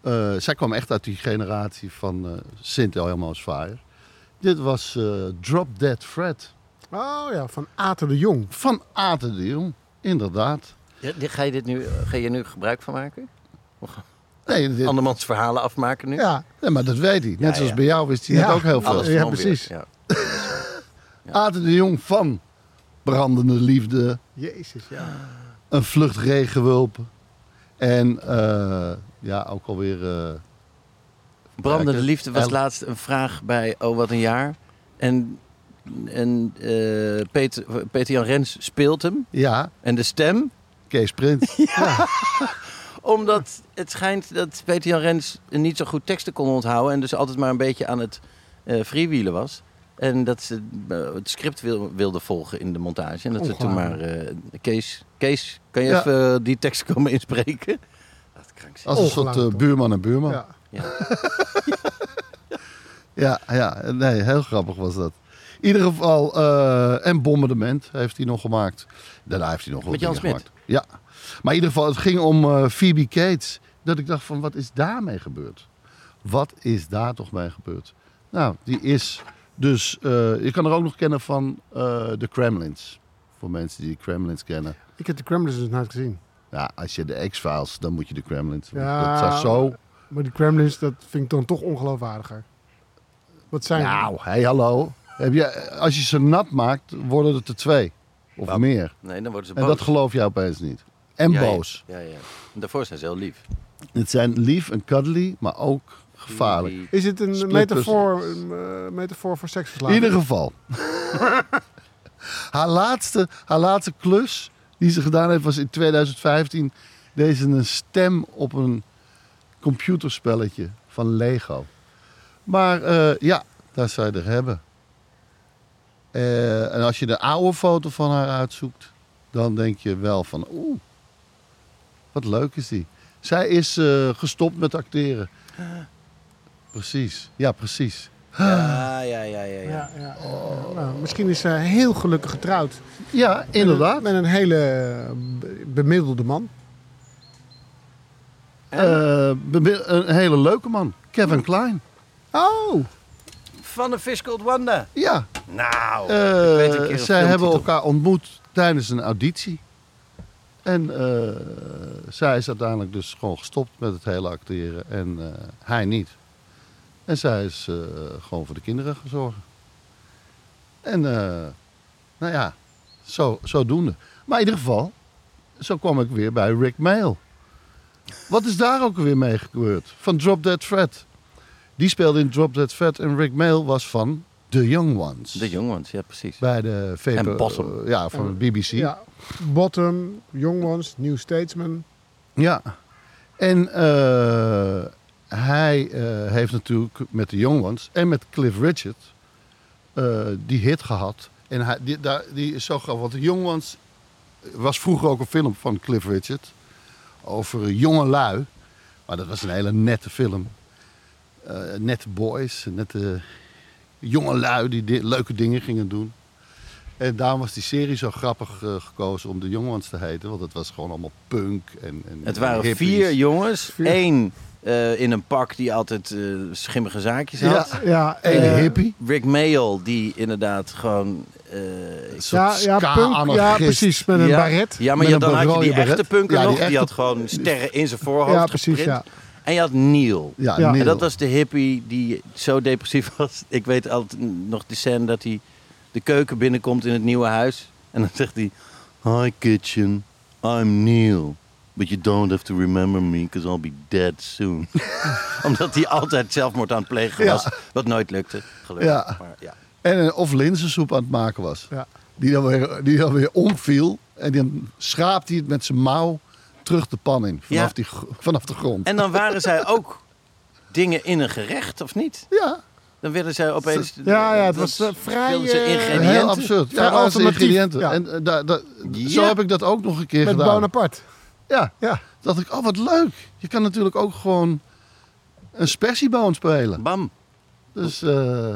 Speaker 3: eh, zij kwam echt uit die generatie van eh Sint Elmo's Fire. Dit was eh, Drop Dead Fred.
Speaker 1: Oh ja, van Aten de Jong.
Speaker 3: Van Aten de Jong, inderdaad.
Speaker 5: Ja, dit- Ga je, dit nu, ga je nu gebruik van maken?
Speaker 3: Nee, dit-
Speaker 5: andermans verhalen afmaken nu.
Speaker 3: Ja, nee, maar dat weet hij. Net
Speaker 5: Ja,
Speaker 3: zoals
Speaker 5: ja.
Speaker 3: bij jou wist hij
Speaker 1: Ja,
Speaker 3: net ook heel veel.
Speaker 5: Alles van
Speaker 1: Ja,
Speaker 5: Onweer.
Speaker 1: precies.
Speaker 5: Ja.
Speaker 3: Aten de Jong van Brandende Liefde,
Speaker 1: Jezus, ja.
Speaker 3: Een Vlucht Regenwulpen. En eh, ja, ook alweer... eh,
Speaker 5: Brandende
Speaker 3: Kijken.
Speaker 5: Liefde was
Speaker 3: El-
Speaker 5: laatst een vraag bij Oh Wat Een Jaar. En, en eh, Peter, Peter Jan Rens speelt hem.
Speaker 3: ja,
Speaker 5: En de stem.
Speaker 3: Kees
Speaker 1: [laughs]
Speaker 3: Prins.
Speaker 5: Omdat het schijnt dat Peter Jan Rens niet zo goed teksten kon onthouden. En dus altijd maar een beetje aan het eh freewheelen was. En dat ze eh, het script wil, wilde volgen in de montage. En dat ze toen maar... eh, Kees, Kees, kan je
Speaker 3: Ja.
Speaker 5: even eh, die tekst komen inspreken? Dat krankzinnig.
Speaker 3: Als een soort
Speaker 1: Ongelooflijk,
Speaker 3: eh, buurman en buurman.
Speaker 1: ja.
Speaker 3: Ja, ja, nee, heel grappig was dat. In ieder geval, eh, en Bombardement heeft hij nog gemaakt. Daarna heeft hij nog wat
Speaker 5: Met Jan
Speaker 3: dingen
Speaker 5: Smit.
Speaker 3: gemaakt. Ja, maar in ieder geval, het ging om eh, Phoebe Cates. Dat ik dacht van, wat is daarmee gebeurd? Wat is daar toch mee gebeurd? Nou, die is dus... eh, je kan er ook nog kennen van eh de Kremlins. Voor mensen die de Kremlins kennen.
Speaker 1: Ik heb de Kremlins dus nooit gezien.
Speaker 3: Ja, als je de X-Files, dan moet je de Kremlins. Want
Speaker 1: Ja.
Speaker 3: Dat zou zo...
Speaker 1: Maar die Kremlins, dat vind ik dan toch ongeloofwaardiger. Wat zijn
Speaker 3: Nou, hey, hallo. Heb je, als je ze nat maakt, worden het er twee. Of meer.
Speaker 5: Nee, dan worden ze boos.
Speaker 3: En dat geloof je opeens niet. En
Speaker 5: Ja, ja.
Speaker 3: boos.
Speaker 5: Ja, ja. Daarvoor zijn ze heel lief.
Speaker 3: Het zijn lief en cuddly, maar ook gevaarlijk.
Speaker 5: Die-
Speaker 1: Is het een
Speaker 3: Split
Speaker 1: metafoor, een, eh, metafoor voor
Speaker 3: In
Speaker 1: seksverslaving?
Speaker 3: ieder geval. [laughs] haar, laatste, haar laatste klus die ze gedaan heeft was in 2015. Deze een stem op een computerspelletje van Lego. Maar eh, ja, daar zou je er hebben. Eh, en als je de oude foto van haar uitzoekt, dan denk je wel van oeh, wat leuk is die. Zij is eh, gestopt met acteren.
Speaker 1: Ah.
Speaker 3: Precies, ja precies.
Speaker 5: Ja, ja, ja, ja. ja.
Speaker 1: Ja, ja. Nou, misschien is ze heel gelukkig getrouwd.
Speaker 3: Ja, inderdaad.
Speaker 1: Met een hele eh, be- bemiddelde man.
Speaker 3: Eh, be- een hele leuke man. Kevin Klein.
Speaker 1: Oh!
Speaker 5: Van de Fiscal Wanda.
Speaker 3: Ja.
Speaker 5: Nou,
Speaker 3: eh,
Speaker 5: ik weet een keer een
Speaker 3: zij hebben
Speaker 5: filmtitel.
Speaker 3: elkaar ontmoet tijdens een auditie. En eh, zij is uiteindelijk dus gewoon gestopt met het hele acteren. En eh, hij niet. En zij is eh, gewoon voor de kinderen gaan zorgen. En eh, nou ja, zo, zodoende. Maar in ieder geval, zo kwam ik weer bij Rick Mail. Wat is daar ook weer mee gebeurd? Van Drop Dead Fred. Die speelde in Drop Dead Fred en Rick Mail was van The Young Ones.
Speaker 5: De jongens, ja, precies.
Speaker 3: Bij de VP,
Speaker 5: En Bottom.
Speaker 3: eh, ja, van de BBC. Ja.
Speaker 1: Ja. Bottom, Young Ones, New Statesman.
Speaker 3: En eh, hij eh, heeft natuurlijk met de Young Ones en met Cliff Richard eh, die hit gehad. En hij, die, daar, die is zo grappig, want de Young Ones was vroeger ook een film van Cliff Richard over jonge lui. Maar dat was een hele nette film. Eh, nette boys, nette jonge lui die di- leuke dingen gingen doen. En daarom was die serie zo grappig eh, gekozen om de Young Ones te heten. Want het was gewoon allemaal punk en, en
Speaker 5: Het
Speaker 3: en
Speaker 5: waren
Speaker 3: hippies.
Speaker 5: vier jongens. Eén eh, in een pak die altijd eh, schimmige zaakjes had.
Speaker 3: Ja,
Speaker 1: Ja,
Speaker 3: Eén
Speaker 1: eh,
Speaker 3: hippie.
Speaker 5: Rick Mail, die inderdaad gewoon... eh,
Speaker 3: Een
Speaker 1: Ja,
Speaker 3: soort
Speaker 1: ja, punk, ja,
Speaker 3: ska-anarchist.
Speaker 1: precies. Met een
Speaker 5: ja,
Speaker 1: baret.
Speaker 5: Ja, maar
Speaker 3: Met
Speaker 5: je,
Speaker 3: een
Speaker 5: dan had je
Speaker 3: rode
Speaker 5: die
Speaker 3: baret.
Speaker 5: echte punker
Speaker 3: Ja, die
Speaker 5: nog. Die,
Speaker 3: echte-
Speaker 5: had gewoon sterren in zijn voorhoofd
Speaker 1: Ja, precies,
Speaker 5: geprint.
Speaker 1: ja.
Speaker 5: En je had Neil.
Speaker 3: Ja,
Speaker 1: Ja.
Speaker 3: Neil.
Speaker 5: En dat was de hippie die zo depressief was. Ik weet altijd nog de scène dat hij de keuken binnenkomt in het nieuwe huis. En dan zegt hij... Hi kitchen, I'm Neil. But you don't have to remember me, because I'll be dead soon. [laughs] Omdat hij altijd zelfmoord aan het plegen was. Wat nooit lukte, gelukkig.
Speaker 3: Ja.
Speaker 5: Maar, ja.
Speaker 3: En eh, of linzensoep aan het maken was.
Speaker 1: Ja.
Speaker 3: Die, dan weer, die dan weer omviel. En dan schraapt hij het met zijn mouw terug de pan in. Vanaf,
Speaker 5: Ja.
Speaker 3: die, gr- [laughs] vanaf de grond.
Speaker 5: En dan waren zij ook dingen in een gerecht, of niet?
Speaker 3: ja,
Speaker 5: Dan werden zij opeens...
Speaker 1: Ja, ja, het
Speaker 5: dan
Speaker 1: was, eh, vrij,
Speaker 5: speelden ze
Speaker 1: eh,
Speaker 5: ingrediënten.
Speaker 3: heel absurd. Ja,
Speaker 1: Vrij
Speaker 3: alles
Speaker 1: alternatief,
Speaker 3: ingrediënten.
Speaker 1: ja.
Speaker 3: En eh, daar- daar- Zo
Speaker 5: Ja.
Speaker 3: heb ik dat ook nog een keer
Speaker 1: Met
Speaker 3: gedaan.
Speaker 1: Bonaparte.
Speaker 3: Ja.
Speaker 1: Ja.
Speaker 3: dacht ik, oh wat leuk. Je kan natuurlijk ook gewoon een spersieboon spelen.
Speaker 5: Bam.
Speaker 3: Dus eh,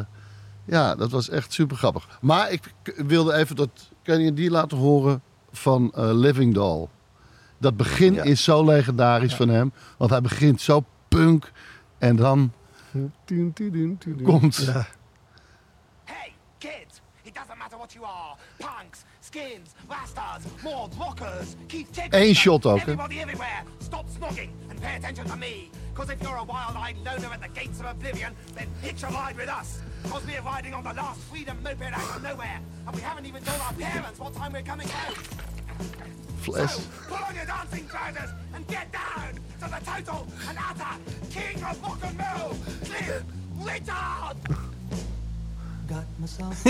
Speaker 3: ja, dat was echt super grappig. Maar ik k- wilde even dat. Kan je die laten horen van eh, Living Doll? Dat begin
Speaker 5: Ja.
Speaker 3: is zo legendarisch van hem. Want hij begint zo punk. En dan
Speaker 1: Tuun, tuun, tuun, tuun.
Speaker 3: komt.
Speaker 2: Hey, kids! It doesn't matter what you are. Punks, skins, bastards, mords, rockers. Keep tipping.
Speaker 3: Eén shot ook, hè?
Speaker 2: Everybody everywhere. Stop snogging and pay attention to me. Because if you're a wild-eyed loner at the gates of oblivion, then hitch a ride with us. Because we're riding on the last freedom moped out of nowhere. And we haven't even told our parents what time we're coming home.
Speaker 3: Fles.
Speaker 2: So, pull on your dancing trousers and get down to the total and utter king of rock and roll, Cliff Richard!
Speaker 8: Got myself.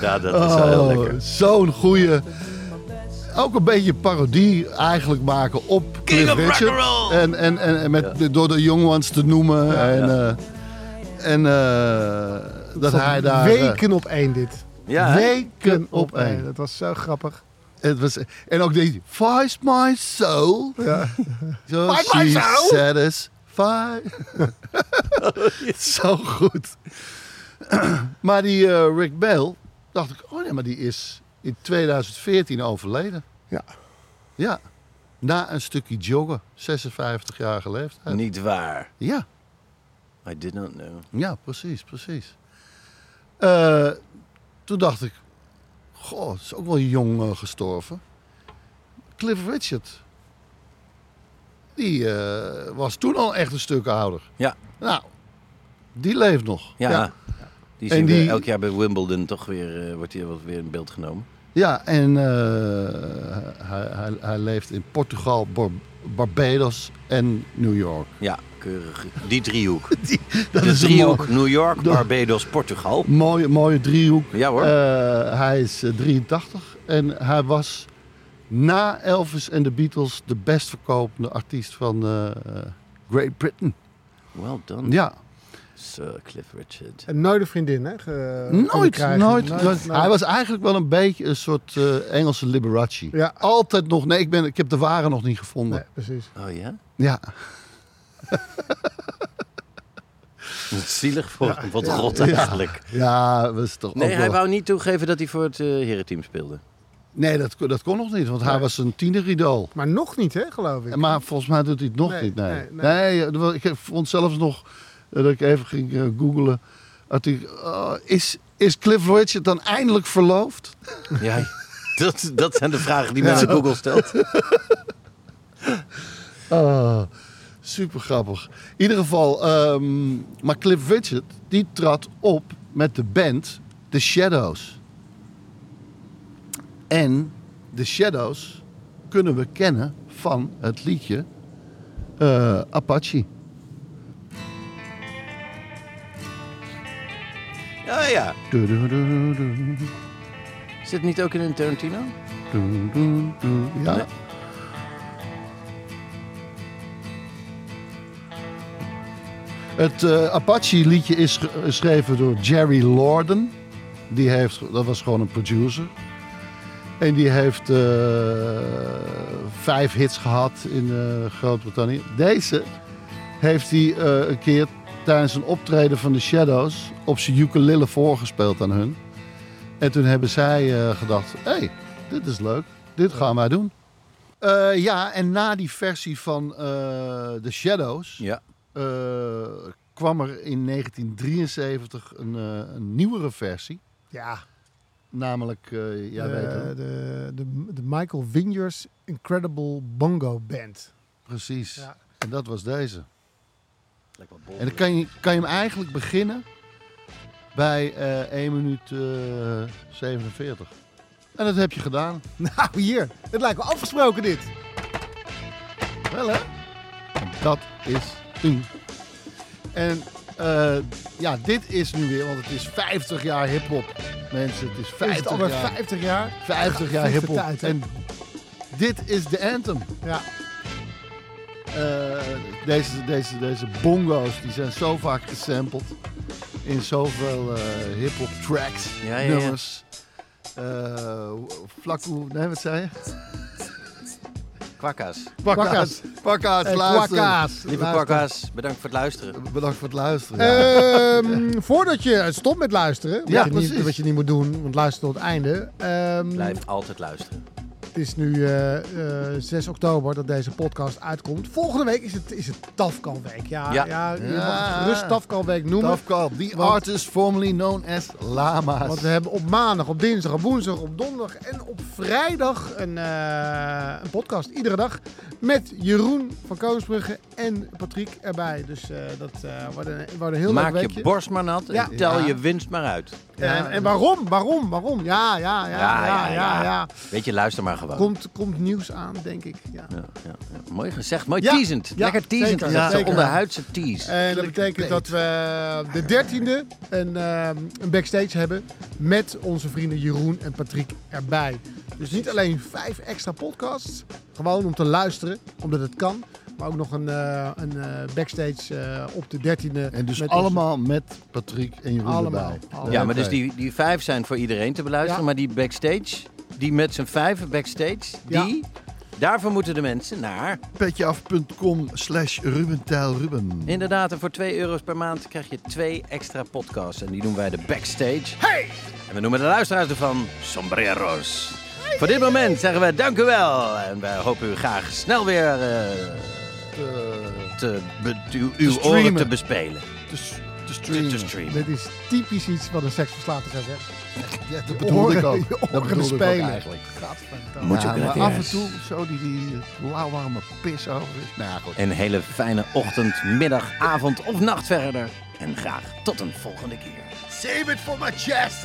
Speaker 5: Ja, dat is wel
Speaker 3: Oh,
Speaker 5: heel lekker.
Speaker 3: Zo'n goede. Ook een beetje parodie eigenlijk maken op Cliff
Speaker 5: of
Speaker 3: Richard.
Speaker 5: rock'n'roll!
Speaker 3: En, en, en, en met, door de Young Ones te noemen. en
Speaker 1: ja.
Speaker 3: eh, en eh, dat hij daar... eh,
Speaker 1: Weken op één dit.
Speaker 3: Ja, hè?
Speaker 1: Weken op
Speaker 3: Op één.
Speaker 1: één. Dat was zo grappig.
Speaker 3: het was, en ook deze. Vice my soul. [laughs]
Speaker 1: Ja.
Speaker 3: So
Speaker 1: Find my
Speaker 3: she
Speaker 1: soul?
Speaker 3: satisfied. [laughs] Zo goed. [clears throat] maar die eh, Rick Bell, dacht ik, oh nee, maar die is in 2014 overleden.
Speaker 1: Ja.
Speaker 3: Ja. Na een stukje joggen, 56-jarige leeftijd.
Speaker 5: Niet waar.
Speaker 3: Ja.
Speaker 5: I did not know.
Speaker 3: Ja, precies, precies. Eh, toen dacht ik, goh, het is ook wel jong eh, gestorven. Cliff Richard, die eh, was toen al echt een stuk ouder.
Speaker 5: Ja.
Speaker 3: Nou, die leeft nog.
Speaker 5: Ja.
Speaker 3: ja.
Speaker 5: Die
Speaker 3: En
Speaker 5: zien we
Speaker 3: die-
Speaker 5: elk jaar bij Wimbledon toch weer, eh, wordt hier weer in beeld genomen.
Speaker 3: Ja, en eh, hij, hij, hij leeft in Portugal, Bar- Barbados en New York.
Speaker 5: Ja, keurig. Die
Speaker 3: [laughs]
Speaker 5: driehoek.
Speaker 3: dat
Speaker 5: de
Speaker 3: is een
Speaker 5: driehoek
Speaker 3: mooi-
Speaker 5: New York, Barbados, Portugal.
Speaker 3: Mooie, mooie driehoek.
Speaker 5: Ja, hoor.
Speaker 3: Eh, hij is eh, 83 en hij was na Elvis en de Beatles de best verkopende artiest van eh, eh, Great Britain.
Speaker 5: Well done.
Speaker 3: Ja.
Speaker 5: Sir Cliff Richard.
Speaker 1: En nooit een vriendin, hè? ge- kunnen
Speaker 3: Nooit,
Speaker 1: krijgen.
Speaker 3: nooit, nooit. Hij was eigenlijk wel een beetje een soort eh, Engelse Liberace.
Speaker 1: Ja.
Speaker 3: Altijd nog, nee, ik, ben, ik heb de ware nog niet gevonden.
Speaker 1: Nee, precies.
Speaker 5: Oh ja?
Speaker 3: Ja.
Speaker 5: Dat is Zielig voor wat
Speaker 3: Ja.
Speaker 5: rot
Speaker 3: Ja.
Speaker 5: eigenlijk.
Speaker 3: Ja, was toch
Speaker 5: Nee,
Speaker 3: ook
Speaker 5: hij
Speaker 3: wel-
Speaker 5: wou niet toegeven dat hij voor het eh, herenteam
Speaker 3: [laughs]
Speaker 5: speelde.
Speaker 3: nee dat, kon- dat kon nog niet, want hij was een tieneridool.
Speaker 1: Maar nog niet, hè, geloof ik.
Speaker 3: Maar volgens mij doet hij het nog
Speaker 1: Nee,
Speaker 3: niet. Nee,
Speaker 1: nee,
Speaker 3: nee,
Speaker 1: nee.
Speaker 3: eh, wel, ik vond zelfs nog eh, dat ik even ging eh, googlen. Dat ik, eh, is, is Cliff Richard dan eindelijk verloofd?
Speaker 5: Ja, dat, dat zijn de vragen die
Speaker 3: Ja.
Speaker 5: mensen Google stelt.
Speaker 3: Ah, super grappig. In ieder geval, ehm, maar Cliff Richard die trad op met de band The Shadows. En The Shadows kunnen we kennen van het liedje eh, Apache.
Speaker 5: Ja, ja.
Speaker 3: Du-du-du-du-du.
Speaker 5: Zit niet ook in een Tarantino?
Speaker 3: Ja.
Speaker 5: Nee.
Speaker 3: Het eh, Apache-liedje is ge- geschreven door Jerry Lorden. Die heeft, dat was gewoon een producer. En die heeft eh, vijf hits gehad in eh, Groot-Brittannië. Deze heeft hij eh, een keer tijdens een optreden van de Shadows op zijn ukulele voorgespeeld aan hun. En toen hebben zij eh, gedacht, hé, hey, dit is leuk, dit gaan wij doen. Eh, ja, en na die versie van eh The Shadows
Speaker 5: Ja.
Speaker 3: eh, kwam er in 1973 een, eh, een nieuwere versie.
Speaker 1: Ja.
Speaker 3: Namelijk, eh jij
Speaker 1: de,
Speaker 3: weet het,
Speaker 1: de, de, de Michael Vingers Incredible Bongo Band. [laughs]
Speaker 3: precies.
Speaker 1: Ja.
Speaker 3: En dat was deze.
Speaker 5: Lekker
Speaker 3: En dan kan je, kan je hem eigenlijk beginnen bij eh 1 minuut eh, 47. En dat heb je gedaan.
Speaker 1: Nou, hier. Het lijkt wel afgesproken, dit.
Speaker 3: Wel hè? Dat is toen. En eh, ja, dit is nu weer, want het is 50 jaar hip-hop. Mensen, het is 50
Speaker 1: Is het alweer
Speaker 3: jaar.
Speaker 1: 50 jaar?
Speaker 3: 50 jaar
Speaker 1: Vliegt de
Speaker 3: hip-hop.
Speaker 1: tijd, hè?
Speaker 3: En dit is de anthem.
Speaker 1: Ja.
Speaker 3: Eh, deze, deze, deze bongo's die zijn zo vaak gesampled in zoveel eh hip-hop tracks,
Speaker 5: Ja, ja, ja.
Speaker 3: nummers. Eh, Flakkoe, nee, wat zei je?
Speaker 5: Kwakka's.
Speaker 3: Kwakka's. Kwakka's,
Speaker 1: Eh,
Speaker 3: luister.
Speaker 1: kwakka's.
Speaker 5: Lieve kwakka's, bedankt voor het luisteren.
Speaker 3: Bedankt voor het luisteren.
Speaker 1: Eh,
Speaker 3: ja.
Speaker 1: Ehm, voordat je stopt met luisteren, wat,
Speaker 3: Ja,
Speaker 1: je niet,
Speaker 3: precies.
Speaker 1: wat je niet moet doen, want luister tot het einde. ehm,
Speaker 5: Blijf altijd luisteren.
Speaker 1: Het is nu eh, eh, 6 oktober dat deze podcast uitkomt. Volgende week is het, is het Tafkalweek. Ja, ja.
Speaker 3: Ja.
Speaker 1: je
Speaker 3: Ja.
Speaker 1: mag het gerust Tafkalweek noemen.
Speaker 3: Tafkal, the artist formerly known as Lama's.
Speaker 1: Want we hebben op maandag, op dinsdag, op woensdag, op donderdag en op vrijdag een, eh, een podcast. Iedere dag met Jeroen van Koosbrugge en Patrick erbij. Dus eh, dat eh wordt, een, wordt een heel leuk
Speaker 5: Maak
Speaker 1: weekje.
Speaker 5: je borst maar nat en
Speaker 1: Ja.
Speaker 5: tel
Speaker 1: Ja.
Speaker 5: je winst maar uit.
Speaker 1: En, en waarom, waarom, waarom? Ja, ja, ja, ja, ja, ja.
Speaker 5: Weet je, luister maar gewoon.
Speaker 1: Komt, komt nieuws aan, denk ik. Ja.
Speaker 5: Ja, ja, ja. Mooi gezegd, mooi
Speaker 1: Ja,
Speaker 5: teasend.
Speaker 1: ja,
Speaker 5: Lekker teasend.
Speaker 1: zeker,
Speaker 5: gezegd,
Speaker 1: ja,
Speaker 5: Zo'n
Speaker 1: zeker. Eh,
Speaker 5: onderhuidse tease.
Speaker 1: En dat betekent dat we de 13e een, ehm, een backstage hebben met onze vrienden Jeroen en Patrick erbij. Dus niet alleen vijf extra podcasts, gewoon om te luisteren, omdat het kan. Maar ook nog een, eh, een eh, backstage eh, op de 13e.
Speaker 3: En dus
Speaker 1: met onze-
Speaker 3: allemaal met Patrick en Jeroen
Speaker 1: Allemaal,
Speaker 3: erbij.
Speaker 1: allemaal.
Speaker 5: Ja, maar dus die, die vijf zijn voor iedereen te beluisteren.
Speaker 1: Ja.
Speaker 5: Maar die backstage, die met z'n vijven backstage, die... Daarvoor moeten de mensen naar...
Speaker 3: Petjeaf.com slash rubentijlruben.
Speaker 5: Inderdaad, en voor 2 euro's per maand krijg je twee extra podcasts. En die noemen wij de backstage.
Speaker 1: Hey!
Speaker 5: En we noemen de luisteraars ervan sombreros. Voor dit moment zeggen we dank u wel. En wij hopen u graag snel weer eh, te, be- uw- uw oren
Speaker 3: streamen.
Speaker 5: te bespelen.
Speaker 3: Te, s- te streamen.
Speaker 5: te streamen.
Speaker 1: Dit is typisch iets wat een seksverslaafde zou zeggen.
Speaker 3: Ja, dat
Speaker 1: Je
Speaker 3: bedoelde ik
Speaker 1: oren-
Speaker 3: ook.
Speaker 1: je
Speaker 3: Dat
Speaker 1: oren
Speaker 3: bedoelde ik ook
Speaker 1: spelen.
Speaker 3: eigenlijk.
Speaker 1: Gadverdamme.
Speaker 5: Moet je
Speaker 3: ja,
Speaker 5: ook
Speaker 3: maar
Speaker 5: weer
Speaker 3: af en
Speaker 5: eens.
Speaker 3: toe zo die, die lauwwarme pis over is. Nou ja, goed.
Speaker 5: Een hele fijne ochtend, middag, avond of nacht verder. En graag tot een volgende keer.
Speaker 3: Save it for my chest!